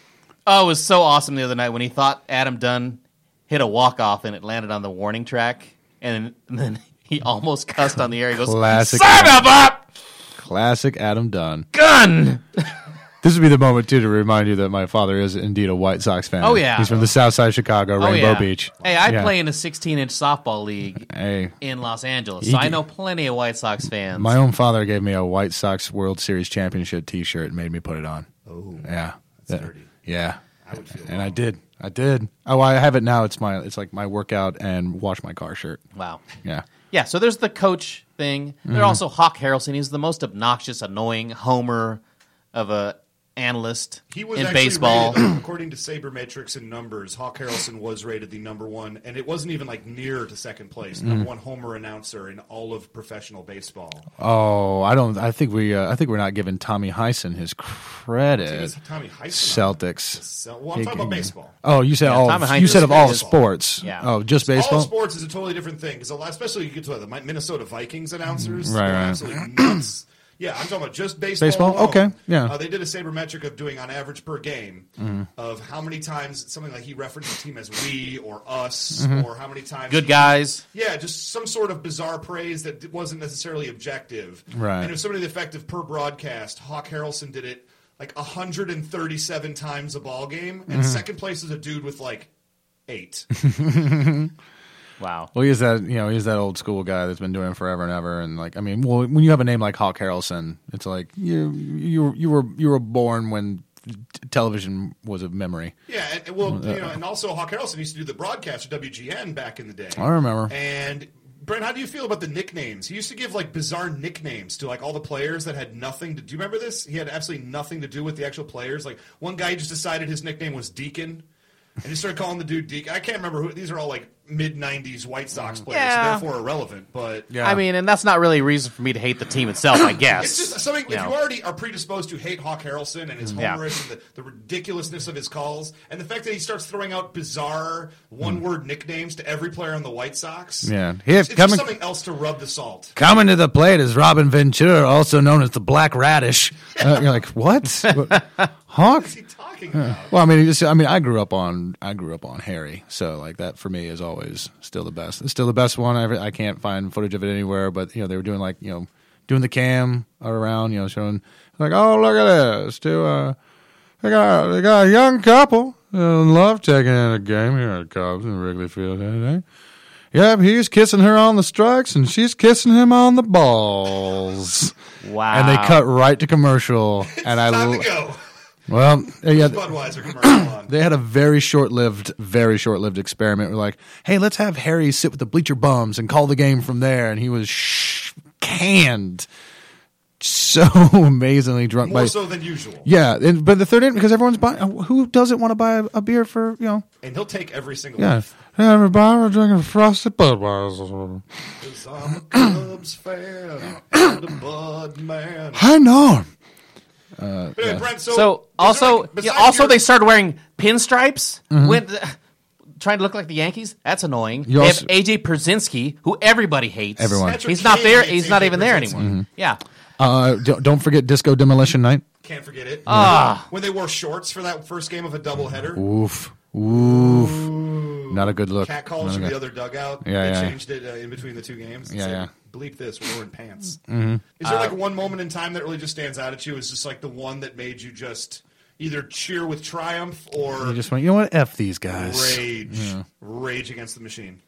S3: Oh, it was so awesome the other night when he thought Adam Dunn hit a walk off and it landed on the warning track, and, and then (laughs) he almost cussed on the air. He goes,
S5: Classic.
S3: "Son of a
S5: Classic Adam Dunn.
S3: gun!"
S5: This would be the moment too to remind you that my father is indeed a White Sox fan.
S3: Oh, yeah.
S5: he's from the South Side of Chicago, Rainbow
S3: oh yeah.
S5: Beach.
S3: Hey, I
S5: Yeah.
S3: play in a 16-inch softball league
S5: Hey,
S3: in Los Angeles,
S5: He
S3: so I
S5: did-
S3: know plenty of White Sox fans.
S5: my own father gave me a White Sox World Series championship T-shirt and made me put it on. Oh, yeah, That-
S2: dirty.
S5: Yeah,
S2: I would feel
S5: and I did. I did. Oh, I have it now. It's my. It's like my workout and wash my car shirt.
S3: wow.
S5: Yeah.
S3: Yeah, so there's the coach thing. There's
S5: Mm.
S3: also Hawk Harrelson. He's the most obnoxious, annoying homer of a analyst
S2: He was
S3: in
S2: actually
S3: baseball.
S5: (clears throat)
S2: rated, according to Sabermetrics and numbers, Hawk Harrelson was rated the number one, and it wasn't even like near to second place.
S5: Mm-hmm.
S2: Number one homer announcer in all of professional baseball.
S5: Oh, I don't. I think we. Uh, I think we're not giving Tommy Heisen his
S2: It
S5: credit.
S2: was Tommy Heisen.
S5: Celtics.
S2: So, well, I'm talking about baseball.
S5: Oh, you said
S3: Tommy
S5: all.
S3: Heisen
S5: You said
S3: is
S5: of all
S2: baseball.
S5: sports.
S3: Yeah.
S5: Oh, just
S2: All
S5: baseball.
S2: sports is a totally different thing because especially you get to uh, the Mi- Minnesota Vikings announcers,
S5: Right,
S2: they're
S5: right.
S2: absolutely nuts. Yeah, I'm talking about just baseball.
S5: Baseball?
S2: alone.
S5: Okay, yeah. Mm-hmm.
S2: Uh, they did a sabermetric of doing on average per game of how many times something like he referenced the team as we or us
S5: Mm-hmm.
S2: or how many times
S3: (clears throat) Good
S2: he-
S3: guys.
S2: Yeah, just some sort of bizarre praise that d- wasn't necessarily objective.
S5: Right.
S2: And it was somebody effective per broadcast. Hawk Harrelson did it like 137 times a ball game, and second place is a dude with like eight.
S3: Wow.
S5: Well, he's that you know he's that old school guy that's been doing it forever and ever, and like I mean, well, when you have a name like Hawk Harrelson, it's like you you you were you were born when t- television was a memory.
S2: Yeah, and, and
S5: Mm,
S2: well, you
S5: uh,
S2: know, and also Hawk Harrelson used to do the broadcast for WGN back in the day.
S5: I remember.
S2: And Brent, how do you feel about the nicknames? He used to give like bizarre nicknames to like all the players that had nothing to. Do you remember this? He had absolutely nothing to do with the actual players. Like one guy just decided his nickname was Deacon, and he started calling the dude Deacon. I can't remember who. These are all like mid '90s White Sox players,
S3: Yeah.
S2: so therefore irrelevant. But
S5: Mm. Yeah.
S3: I mean, and that's not really a reason for me to hate the team
S2: (coughs)
S3: itself, I guess.
S2: It's just something. If
S3: Yeah.
S2: you already are predisposed to hate Hawk Harrelson and his
S3: Mm, Yeah.
S2: homerism, the, the ridiculousness of his calls, and the fact that he starts throwing out bizarre
S3: Mm.
S2: one-word nicknames to every player on the White Sox,
S5: Yeah. Here,
S2: it's, it's
S5: coming-
S2: just something else to rub the salt.
S5: Coming to the plate is Robin Ventura, also known as the Black Radish. Uh, you're like what? What? (laughs) Hawk?
S2: What's he talking about?
S5: Well, I mean, it's- I mean, I grew up on I grew up on Harry, so like that for me is always still the best. It's still the best one. I ever, I can't find footage of it anywhere, but you know they were doing like you know doing the cam around, you know, showing like oh look at this, two uh, they got they got a young couple uh, in love taking in a game here at Cubs in Wrigley Field today. Yep, he's kissing her on the strikes, and she's kissing him on the balls.
S3: wow.
S5: And they cut right to commercial, and I
S2: Time
S5: l-
S2: to
S3: (laughs)
S2: go.
S5: well, yeah,
S2: Budweiser commercial on.
S5: they had a very short-lived, very short-lived experiment. We're like, hey, let's have Harry sit with the bleacher bums and call the game from there, and he was sh- canned so (laughs) amazingly drunk
S2: More
S5: by.
S2: so than usual,
S5: yeah, and, but the third inning because everyone's buying. uh, Who doesn't want to buy a, a beer for you know?
S2: and he'll take every single
S5: Yeah,
S2: one.
S5: hey, everybody, we're drinking frosted Budweiser.
S2: 'Cause I'm a
S3: (clears throat)
S2: Cubs fan and a Bud man.
S5: Hi, Norm.
S2: But anyway, Brent, so,
S3: so also
S2: besides
S3: yeah, also
S2: your-
S3: they started wearing pinstripes when (sighs) trying to look like the Yankees. That's annoying.
S5: Mm-hmm. You
S3: they
S5: also-
S3: have AJ Brzezinski, who everybody hates.
S5: Everyone. Mm-hmm.
S2: Patrick
S3: He's not
S2: Kane
S3: there.
S2: hates
S3: He's not
S2: AJ
S3: even there
S2: Brzezinski.
S3: anymore. Yeah.
S5: Uh, don't, don't forget Disco Demolition Night.
S2: Can't forget it.
S3: Ah.
S2: when they wore shorts for that first game of a doubleheader.
S5: Oof, oof. Not a good look.
S2: cat calls
S5: Not a
S2: from
S5: good-
S2: the other dugout.
S5: Yeah,
S2: they
S5: yeah.
S2: changed it uh, in between the two games. It's
S5: Yeah,
S2: like, Bleep this, we're wearing pants. Is there like one moment in time that really just stands out at you? Is just like the one that made you just either cheer with triumph or
S5: You just went, you know what? F these guys.
S2: rage, rage against the machine.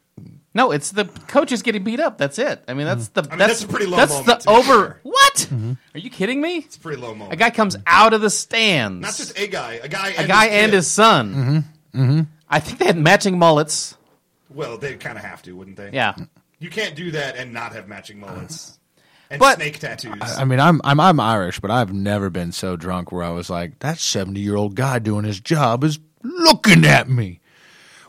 S3: No, it's the coach is getting beat up. That's it. I mean, that's
S5: Mm-hmm.
S3: the
S2: mean,
S3: that's,
S2: that's a pretty low
S3: That's
S2: moment,
S3: the
S2: to be
S3: over.
S2: fair.
S3: What? Are you kidding me?
S2: It's a pretty low moment.
S3: A guy comes out of the stands.
S2: not just a guy, a guy,
S3: a guy and
S2: kid.
S3: his son. Mm-hmm. Mm-hmm. I think they had matching mullets.
S2: Well, they kind of have to, wouldn't they?
S3: Yeah.
S2: You can't do that and not have matching mullets and
S3: But-
S2: snake tattoos.
S5: I mean, I'm I'm I'm Irish, but I've never been so drunk where I was like, that 70 year old guy doing his job is looking at me.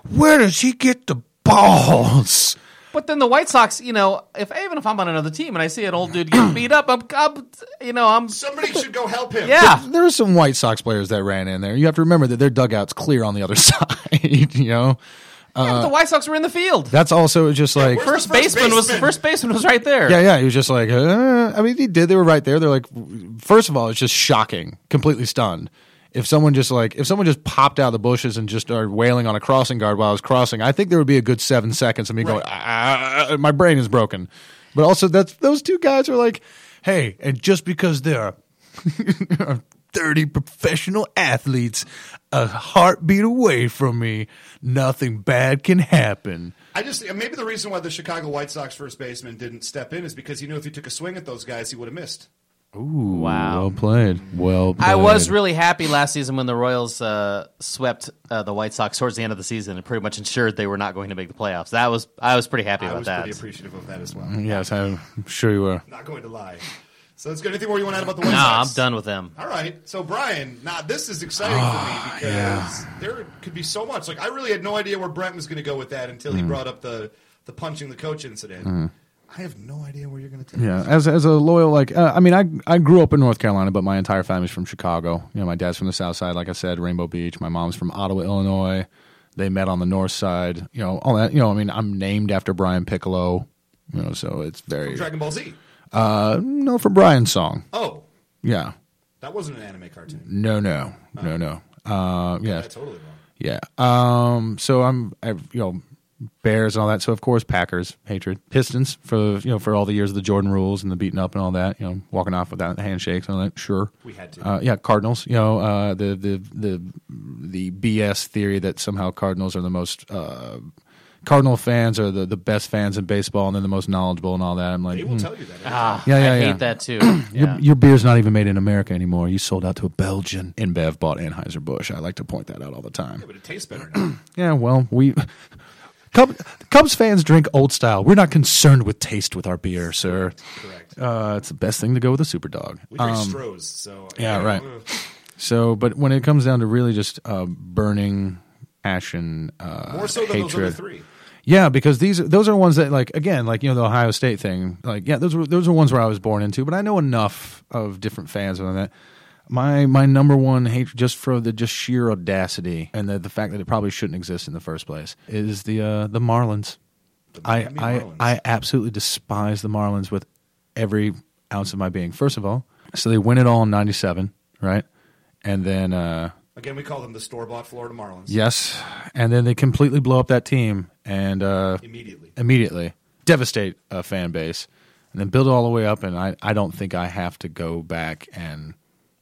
S5: Where does he get the balls?
S3: But then the White Sox, you know, if even if I'm on another team and I see an old dude get beat up, I'm, I'm you know, I'm
S2: Somebody should go help him.
S3: yeah.
S5: There were some White Sox players that ran in there. You have to remember that their dugout's clear on the other (laughs) side. You know,
S3: Yeah, but the White Sox were in the field.
S5: that's also just like.
S2: where's
S3: First,
S2: the first
S3: baseman was
S2: baseman?
S3: first baseman was right there.
S5: Yeah, yeah. He was just like, uh, I mean, he did. They were right there. They're like, first of all, it's just shocking, completely stunned. If someone just like, if someone just popped out of the bushes and just started wailing on a crossing guard while I was crossing, I think there would be a good seven seconds of me going, ah, my brain is broken. But also, that's those two guys are like, hey, and just because they're (laughs) 30 professional athletes a heartbeat away from me, nothing bad can happen.
S2: I just maybe the reason why the Chicago White Sox first baseman didn't step in is because he knew if he took a swing at those guys, he would have missed.
S5: Well played. Well played.
S3: I was really happy last season when the Royals uh, swept uh, the White Sox towards the end of the season and pretty much ensured they were not going to make the playoffs. That was I was pretty happy
S2: I
S3: about
S2: was
S3: that.
S2: pretty appreciative of that as well.
S5: Yes, I'm sure you were.
S2: Not going to lie. So that's good. Anything more you want to add about the White
S3: Nah, I'm
S2: Sox?
S3: done with them.
S2: All right. So Brian, now this is exciting for me because there could be so much. Like I really had no idea where Brent was going to go with that until he
S3: Mm.
S2: brought up the the punching the coach incident. I have no idea where you're going to take.
S5: Yeah, as as a loyal like, uh, I mean, I I grew up in North Carolina, but my entire family's from Chicago. You know, my dad's from the South Side, like I said, Rainbow Beach. My mom's from Ottawa, Illinois. They met on the North Side. You know, all that. You know, I mean, I'm named after Brian Piccolo. You know, so it's very
S2: Dragon Ball Z.
S5: uh, no for Brian's song.
S2: Oh,
S5: Yeah,
S2: that wasn't an anime cartoon.
S5: no, no, no, no. Uh, yeah,
S2: That's totally wrong.
S5: yeah. Um, so I'm, I, you know, Bears and all that. So of course, Packers hatred, Pistons for you know for all the years of the Jordan rules and the beating up and all that. You know, walking off without handshakes and all that. Sure,
S2: We had to.
S5: Uh, yeah, Cardinals. You know, uh, the the the the BS theory that somehow Cardinals are the most. Uh, Cardinal fans are the, the best fans in baseball and they're the most knowledgeable and all that. I'm like,
S2: They will
S5: hmm.
S3: Mm-hmm.
S2: tell you that.
S5: yeah, yeah,
S3: I
S5: yeah.
S3: hate that too.
S5: Your,
S3: Yeah.
S5: your beer's not even made in America anymore. You sold out to a Belgian. InBev bought Anheuser Busch. I like to point that out all the time.
S2: but it tastes
S3: (clears throat)
S2: better. Now.
S5: Yeah, well, we Cubs, Cubs fans drink old style. We're not concerned with taste with our beer, sir.
S2: Correct.
S5: Uh, it's the best thing to go with a super dog.
S2: We drink Strohs, so
S5: Um,
S2: Mm.
S5: yeah,
S2: you know,
S5: right.
S2: ugh.
S5: So, but when it comes down to really just uh, burning passion, uh,
S2: More so than
S5: hatred.
S2: those other three.
S5: Yeah, because these those are ones that like again, like you know the Ohio State thing. Like yeah, those were those are ones where I was born into, but I know enough of different fans on that. My my number one hatred just for the just sheer audacity and the, the fact that it probably shouldn't exist in the first place is the uh, the Marlins. I
S2: Miami
S5: I,
S2: Marlins.
S5: I absolutely despise the Marlins with every ounce of my being. First of all, so they win it all in '97, right? And then uh,
S2: Again, we call them the store bought Florida Marlins.
S5: yes, and then they completely blow up that team and uh,
S2: Immediately.
S5: immediately devastate a fan base and then build it all the way up and I, I don't think i have to go back and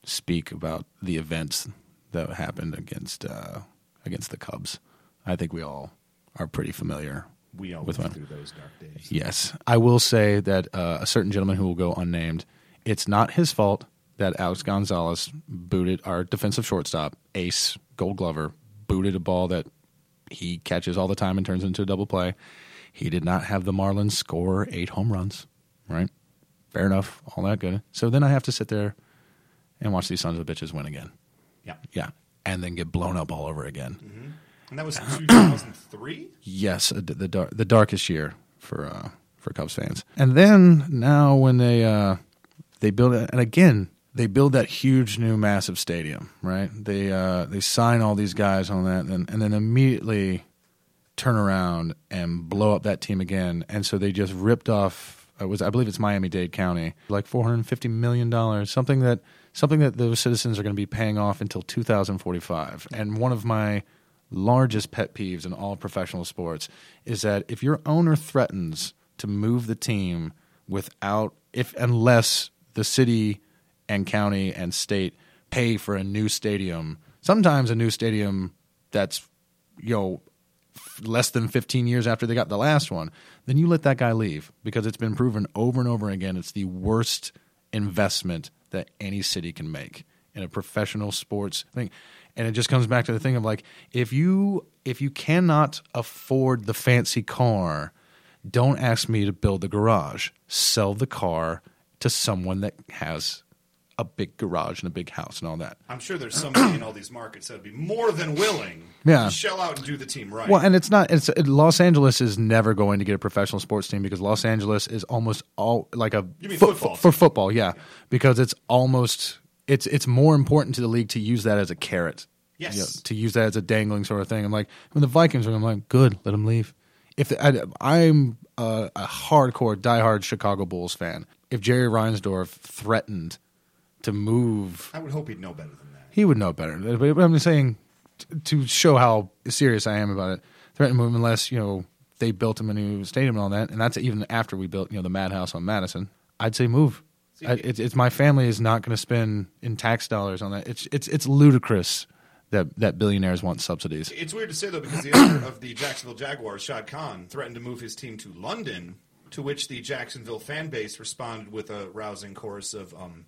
S5: speak about the events that happened against uh, against the cubs i think we all are pretty familiar
S2: We all
S5: With
S2: went
S5: one.
S2: through those dark days.
S5: yes i will say that uh, a certain gentleman who will go unnamed it's not his fault that alex gonzalez booted our defensive shortstop ace gold glover booted a ball that he catches all the time and turns into a double play. He did not have the Marlins score eight home runs, right? Fair enough, all that good. So then I have to sit there and watch these sons of bitches win again.
S2: Yeah.
S5: Yeah. And then get blown up all over again.
S2: And that was 2003?
S5: Yes, uh, the the, dar- the darkest year for uh, for Cubs fans. And then now when they uh, they build it, and again they build that huge new massive stadium, right? They uh, they sign all these guys on that, and and then immediately turn around and blow up that team again. And so they just ripped off. It was I believe it's Miami Dade County, like four hundred fifty million dollars, something that something that those citizens are going to be paying off until two thousand forty five. And one of my largest pet peeves in all professional sports is that if your owner threatens to move the team without if unless the city and county and state pay for a new stadium. Sometimes a new stadium that's you know f- less than 15 years after they got the last one, then you let that guy leave because it's been proven over and over again it's the worst investment that any city can make in a professional sports thing. And it just comes back to the thing of like if you if you cannot afford the fancy car, don't ask me to build the garage. Sell the car to someone that has a big garage and a big house and all that.
S2: I'm sure there's somebody in all these markets that would be more than willing
S5: Yeah.
S2: to shell out and do the team right.
S5: Well, and it's not. It's it, Los Angeles is never going to get a professional sports team because Los Angeles is almost all like a
S2: You mean
S5: fo-
S2: football
S5: for football, yeah, because it's almost it's it's more important to the league to use that as a carrot,
S2: Yes.
S5: you know, to use that as a dangling sort of thing. I'm like when the Vikings are, I'm like, good, let them leave. If the, I, I'm a, a hardcore, diehard Chicago Bulls fan, if Jerry Reinsdorf threatened to move
S2: I would hope he'd know better than that.
S5: he would know better. But I'm just saying t- to show how serious I am about it. Threaten move unless you know they built him a new stadium and all that, and that's even after we built you know the madhouse on Madison. I'd say move. I, it's, it's my family is not going to spend in tax dollars on that. It's it's it's ludicrous that that billionaires want subsidies.
S2: It's weird to say though because the owner of the Jacksonville Jaguars, Shad Khan, threatened to move his team to London, to which the Jacksonville fan base responded with a rousing chorus of um,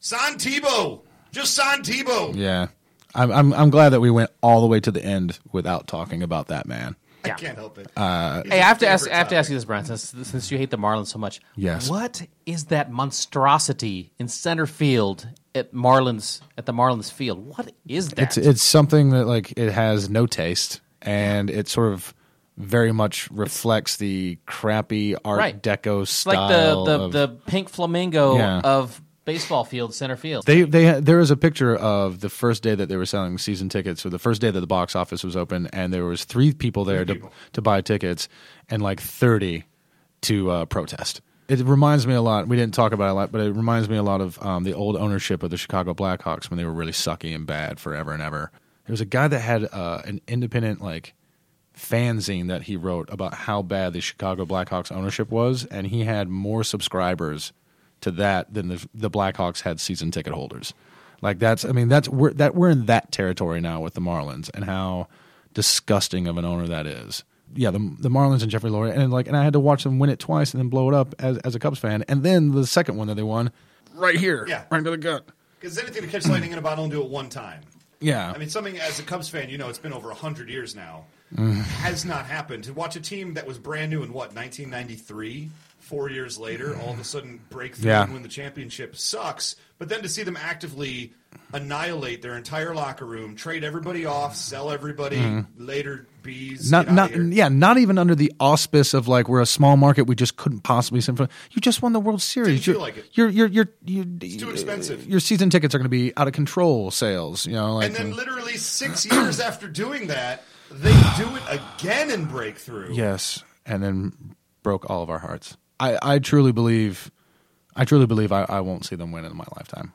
S2: "San Tebow, just San Tebow."
S5: Yeah, I'm I'm, I'm glad that we went all the way to the end without talking about that man.
S2: I
S3: Yeah.
S2: can't help it.
S3: Hey, I have to ask. I have to ask you this, Brian, since, since you hate the Marlins so much.
S5: Yes.
S3: What is that monstrosity in center field at Marlins at the Marlins field? What is that?
S5: It's it's something that like it has no taste, and it sort of very much reflects the crappy Art
S3: Right.
S5: Deco
S3: It's like
S5: style.
S3: the the,
S5: of-
S3: the pink flamingo
S5: Yeah.
S3: of baseball field center field.
S5: they they there is a picture of the first day that they were selling season tickets, or the first day that the box office was open, and there was three people there to to buy tickets, and like thirty to uh, protest. It reminds me a lot. We didn't talk about it a lot, but it reminds me a lot of um, the old ownership of the Chicago Blackhawks when they were really sucky and bad forever and ever. There was a guy that had uh, an independent like fanzine that he wrote about how bad the Chicago Blackhawks ownership was, and he had more subscribers to that than the the Blackhawks had season ticket holders. Like that's, I mean, that's we're that we're in that territory now with the Marlins and how disgusting of an owner that is. Yeah, the the Marlins and Jeffrey Lurie, and like, and I had to watch them win it twice and then blow it up as as a Cubs fan, and then the second one that they won, right here,
S2: Yeah.
S5: right under the gut.
S2: Because anything to catch lightning in a bottle and do it one time.
S5: Yeah,
S2: I mean, something as a Cubs fan, you know, it's been over 100 years
S5: (sighs)
S2: now, has not happened. To watch a team that was brand new in what, 1993, four years later, all of a sudden break through
S5: Yeah.
S2: and win the championship sucks. But then to see them actively annihilate their entire locker room, trade everybody off, sell everybody, later bees.
S5: Mm-hmm. not
S2: get outta
S5: not
S2: here.
S5: yeah, not even under the auspice of like we're a small market, we just couldn't possibly send. For, you just won the World Series.
S2: feel
S5: You're-
S2: like it.
S5: You're you're you're, you're it's
S2: too expensive.
S5: Your season tickets are going to be out of control sales. You know, like uh,
S2: And then literally six
S5: (clears throat)
S2: years after doing that, they do it again and break through.
S5: Yes, and then broke all of our hearts. I, I truly believe, I truly believe I, I won't see them win in my lifetime.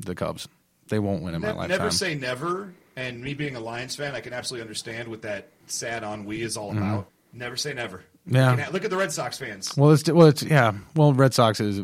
S5: The Cubs, they won't win in my
S2: Ne-
S5: lifetime.
S2: Never say never. And me being a Lions fan, I can absolutely understand what that sad ennui is all about. Never say never.
S5: Mm-hmm. Yeah.
S2: You can ha- Look at the Red Sox fans.
S5: Well, it's well, it's yeah. Well, Red Sox is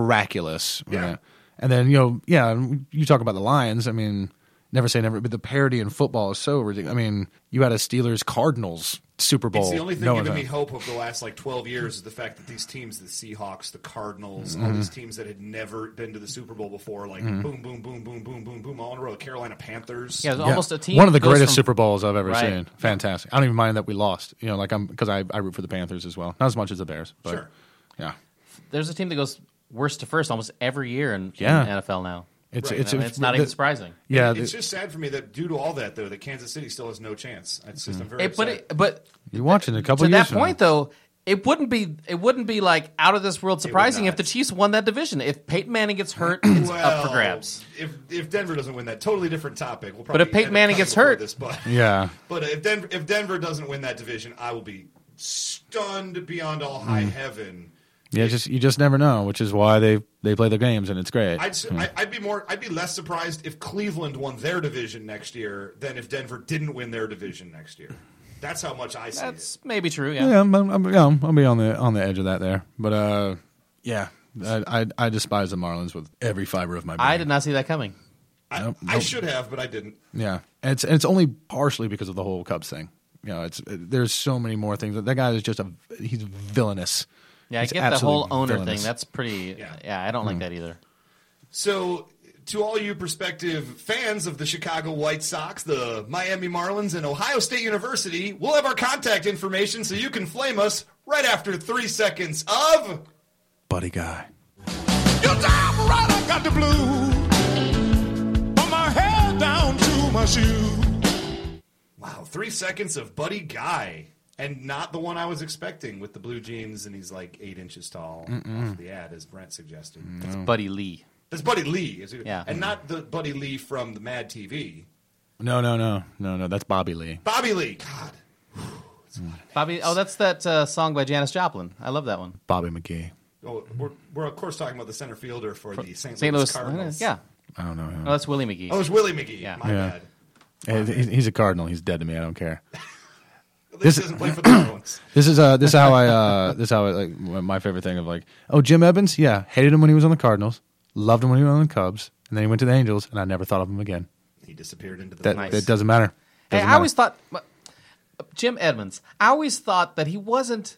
S5: miraculous.
S2: Yeah.
S5: right? And then you know, yeah. and You talk about the Lions. I mean, never say never, but the parody in football is so ridiculous. I mean, you had a Steelers Cardinals Super Bowl.
S2: It's the only thing
S5: No
S2: giving me
S5: one's-
S2: hope of the last like 12 years is the fact that these teams, the Seahawks, the Cardinals,
S5: Mm-hmm.
S2: all these teams that had never been to the Super Bowl before, like boom, boom, boom, boom, boom, boom, boom, all in a row. The Carolina Panthers.
S3: yeah, it's
S5: Yeah.
S3: almost a team.
S5: One of the
S3: that goes
S5: greatest
S3: from-
S5: Super Bowls I've ever
S3: Right.
S5: seen. Fantastic. I don't even mind that we lost. You know, like I'm because I, I root for the Panthers as well. Not as much as the Bears, but
S2: Sure.
S5: yeah,
S3: There's a team that goes worst to first almost every year in, in
S5: Yeah.
S3: NFL now.
S5: it's
S2: Right.
S5: it's,
S3: And it's not
S5: the-
S3: even surprising.
S5: Yeah,
S2: It's
S5: the-
S2: just sad for me that due to all that, though, that Kansas City still has no chance. It's
S5: Mm-hmm.
S2: just, I'm very
S3: It, but
S2: upset.
S3: it, but
S5: you're watching a couple
S3: to
S5: years
S3: that
S5: from now.
S3: point though, it wouldn't be it wouldn't be like out of this world surprising if
S2: not.
S3: the Chiefs won that division. If Peyton Manning gets
S2: (clears throat)
S3: hurt, it's up for grabs.
S2: If, if Denver doesn't win that, totally different topic. We'll probably
S3: if Peyton
S2: end up
S3: Manning
S2: cutting
S3: gets
S2: before
S3: hurt-
S2: this, but
S5: Yeah.
S2: But if Denver, if Denver doesn't win that division, I will be stunned beyond all high
S5: Mm.
S2: heaven.
S5: Yeah, just you just never know, which is why they they play their games and it's great.
S2: I'd, s I- I'd be more, I'd be less surprised if Cleveland won their division next year than if Denver didn't win their division next year. That's how much I see
S3: That's maybe true. Yeah.
S5: yeah, I'm, I'm, I'm, yeah, I'm- I'll be on the on the edge of that there, but uh, yeah, I I, I despise the Marlins with every fiber of my being.
S3: I did not see that coming.
S2: I,
S5: Nope,
S2: I
S5: nope.
S2: should have, but I didn't.
S5: Yeah, and it's and it's only partially because of the whole Cubs thing. You know, it's there's so many more things. That guy is just a he's villainous.
S3: Yeah, I
S5: He's
S3: get the
S5: absolutely
S3: whole owner
S5: villainous. Hmm.
S3: thing. That's pretty.
S2: Yeah.
S3: Yeah, I don't like that either.
S2: So, to all you prospective fans of the Chicago White Sox, the Miami Marlins, and Ohio State University, we'll have our contact information so you can flame us right after three seconds of.
S5: buddy guy.
S7: Your time right, I got the blue. From my head down to my shoe.
S2: Wow, three seconds of Buddy Guy. And not the one I was expecting with the blue jeans, and he's like eight inches tall off the ad, as Brent suggested.
S3: It's Buddy Lee.
S2: That's Buddy Lee. is it?
S3: Yeah.
S2: And not the Buddy Lee from the Mad TV.
S5: No, no, no, no, no. That's Bobby Lee.
S2: Bobby Lee. God.
S3: Bobby. Oh, that's that uh, song by Janis Joplin. I love that one.
S5: Bobby McGee.
S2: Oh, we're, we're, of course, talking about the center fielder for, the St. Louis,
S3: St. Louis.
S2: Cardinals.
S3: Yeah.
S5: I don't know. him.
S3: Oh, that's Willie McGee.
S2: Oh, it's Willie McGee.
S3: Yeah.
S2: My
S5: Yeah.
S2: bad.
S5: Hey, he's, he's a cardinal. He's dead to me. I don't care.
S2: This
S5: This-
S2: doesn't play for the Marlins.
S5: This is uh this is how I uh (laughs) this is how I, like my my favorite thing of like oh Jim Evans yeah hated him when he was on the Cardinals loved him when he was on the Cubs and then he went to the Angels and I never thought of him again.
S2: He disappeared into the
S5: That
S2: night.
S5: that doesn't matter.
S3: Hey,
S5: Doesn't
S3: I
S5: matter.
S3: always thought Jim Edmonds. I always thought that he wasn't.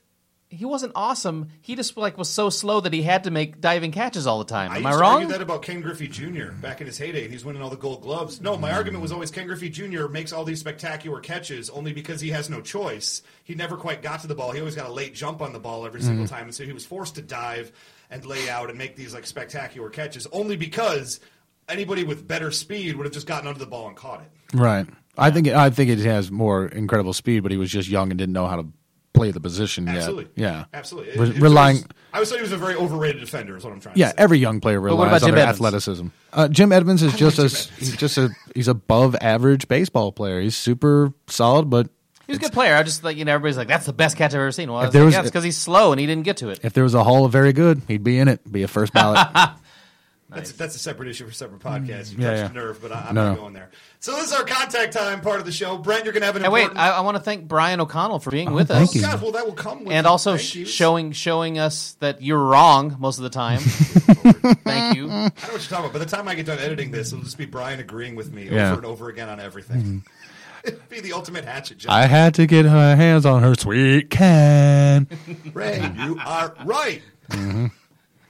S3: He wasn't awesome. He just like was so slow that he had to make diving catches all the time. Am
S2: used
S3: I,
S2: to
S3: wrong?
S2: argue that about Ken Griffey Jr. back in his heyday. He's winning all the Gold Gloves. No, my argument was always Ken Griffey Jr. makes all these spectacular catches only because he has no choice. He never quite got to the ball. He always got a late jump on the ball every single
S5: Mm-hmm.
S2: time, and so he was forced to dive and lay out and make these like spectacular catches only because anybody with better speed would have just gotten under the ball and caught it.
S5: right. I think I think it has more incredible speed, but he was just young and didn't know how to play the position yet.
S2: Absolutely,
S5: Yeah,
S2: absolutely.
S5: Re-
S2: It- it was
S5: relying.
S2: always- I would say he was a very overrated defender. Is what I'm trying.
S5: Yeah,
S2: to say.
S5: every young player
S3: what about
S5: relies on
S3: Jim
S5: their
S3: Evans?
S5: athleticism. Uh, Jim Edmonds is just
S2: Jim
S5: a he's just a he's above average baseball player. He's super solid, but
S3: He's a good player. I just like you know everybody's like that's the best catch I've ever seen. Well, I
S5: If
S3: was
S5: there
S3: like,
S5: was-
S3: yeah, it's because he's slow and he didn't get to it.
S5: if there was a Hall of Very Good, he'd be in it. Be a
S3: (laughs)
S5: first ballot.
S2: That's that's a separate issue for separate podcasts. You
S5: Mm. yeah,
S2: touched
S5: yeah.
S2: a nerve, but I, I'm
S5: No,
S2: not
S5: no.
S2: going there. So this is our contact time part of the show. Brent, you're going to have an
S3: Hey, wait,
S2: important.
S3: I, I want to thank Brian O'Connell for being with
S5: thank
S3: us.
S2: oh,
S5: you.
S2: God, well, that will come. With
S3: and also
S2: thank
S3: sh-
S2: yous. (laughs)
S3: showing showing us that you're wrong most of the time.
S5: (laughs)
S3: Thank you.
S2: I know what you're talking about. By the time I get done editing this, it'll just be Brian agreeing with me
S5: Yeah. Mm-hmm.
S2: over and over again on everything. It'd (laughs) be the ultimate hatchet job.
S5: I had to get her hands on her sweet can. (laughs)
S2: Ray, you are right.
S5: Mm-hmm.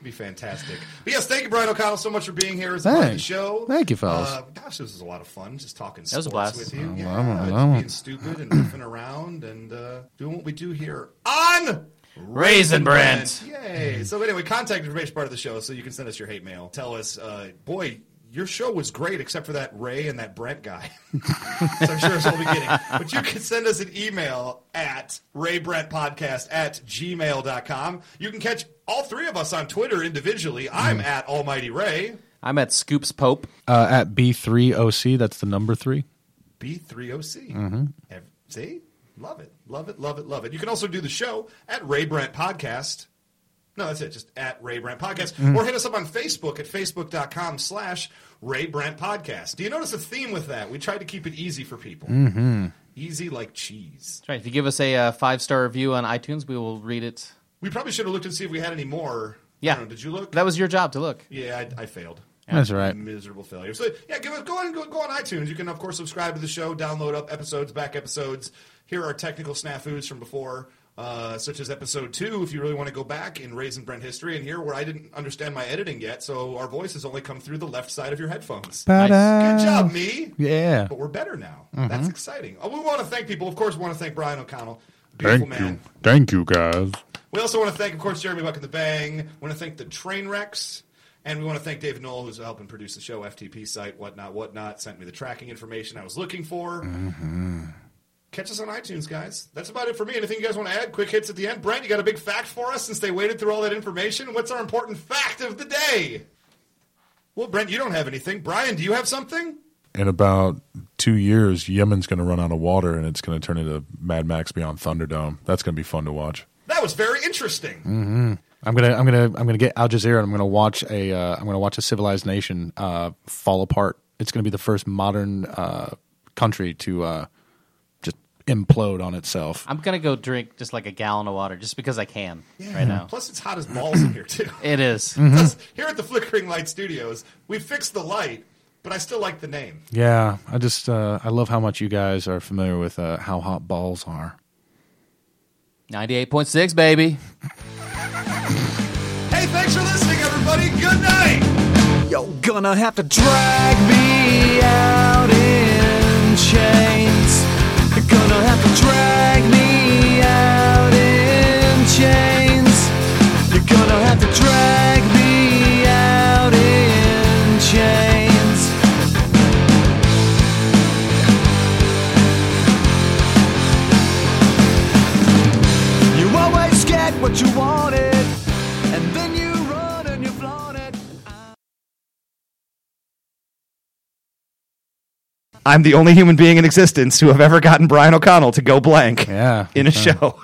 S2: Be fantastic. But yes, thank you, Brian O'Connell, so much for being here as a part of the
S5: Thanks.
S2: show.
S5: Thank you, fellas. Oh,
S2: Uh, gosh, this was a lot of fun. Just talking
S3: was
S2: sports
S3: a blast.
S2: with you. Yeah,
S5: I'm-
S2: just
S5: I'm-
S2: being stupid and riffing around and uh, doing what we do here on
S3: Raisin Brent.
S2: Yay! So anyway, contact information is part of the show, so you can send us your hate mail. Tell us, uh, boy, your show was great except for that Ray and that Brent guy. (laughs) so I'm sure it's all beginning. But you can send us an email at raybrentpodcast at gmail.com. You can catch all three of us on Twitter individually. I'm at Almighty Ray.
S3: I'm at Scoops Pope.
S5: Uh, at B3OC, that's the number three.
S2: B3OC.
S3: Mm-hmm.
S2: Ev- See? Love it. Love it. Love it. Love it. You can also do the show at Ray Brent Podcast. No, that's it. Just at Ray Brent Podcast.
S3: Mm-hmm.
S2: Or hit us up on Facebook at facebook.com slash Ray Brent Podcast. Do you notice a theme with that? We tried to keep it easy for people.
S3: Mm-hmm.
S2: Easy like cheese.
S3: That's right. If you give us a uh, five star review on iTunes, we will read it.
S2: We probably should have looked and see if we had any more.
S3: Yeah.
S2: I don't know, did you look?
S3: That was your job to look.
S2: yeah, I, I failed.
S5: That's right.
S2: Miserable failure. So yeah, give it, go on go, go on iTunes. You can of course subscribe to the show, download up episodes, back episodes. Here are technical snafus from before, uh, such as episode two, if you really want to go back in Raisin Brent history, and here where I didn't understand my editing yet, so our voices only come through the left side of your headphones.
S5: Ta-da.
S2: Good job, me.
S5: Yeah.
S2: But we're better now.
S5: Mm-hmm.
S2: That's exciting. Oh, we want to thank people. Of course, we want to thank Brian O'Connell. Beautiful man.
S5: Thank you, guys.
S2: We also want to thank, of course, Jeremy Buck and the Bang. We want to thank the train wrecks. And we want to thank David Knoll, who's helping produce the show, FTP site, whatnot, whatnot, sent me the tracking information I was looking for. Catch us on iTunes, guys. That's about it for me. Anything you guys want to add? Quick hits at the end. Brent, you got a big fact for us since they waited through all that information? What's our important fact of the day? Well, Brent, you don't have anything. Brian, do you have something?
S8: in about two years, Yemen's going to run out of water and it's going to turn into Mad Max Beyond Thunderdome. That's going to be fun to watch.
S2: That was very interesting.
S5: I'm gonna, I'm gonna, I'm gonna get Al Jazeera. and I'm gonna watch a, uh, I'm gonna watch a civilized nation uh, fall apart. It's gonna be the first modern uh, country to uh, just implode on itself.
S3: I'm gonna go drink just like a gallon of water just because I can right now.
S2: Plus, it's hot as balls in here, too.
S3: It is.
S9: Mm-hmm.
S2: Plus, here at the Flickering Light Studios, we fixed the light, But I still like the name.
S5: Yeah, I just uh, I love how much you guys are familiar with uh, how hot balls are.
S3: 98.6, baby.
S2: Hey, thanks for listening, everybody. Good night.
S1: You're gonna have to drag me out in chains. You're gonna have to drag me out in chains. You're gonna have to drag me out in chains. You always get what you wanted, and then you run and you flaunt it.
S9: I'm the only human being in existence who have ever gotten Brian O'Connell to go blank
S5: Yeah, Uh,
S9: in a show.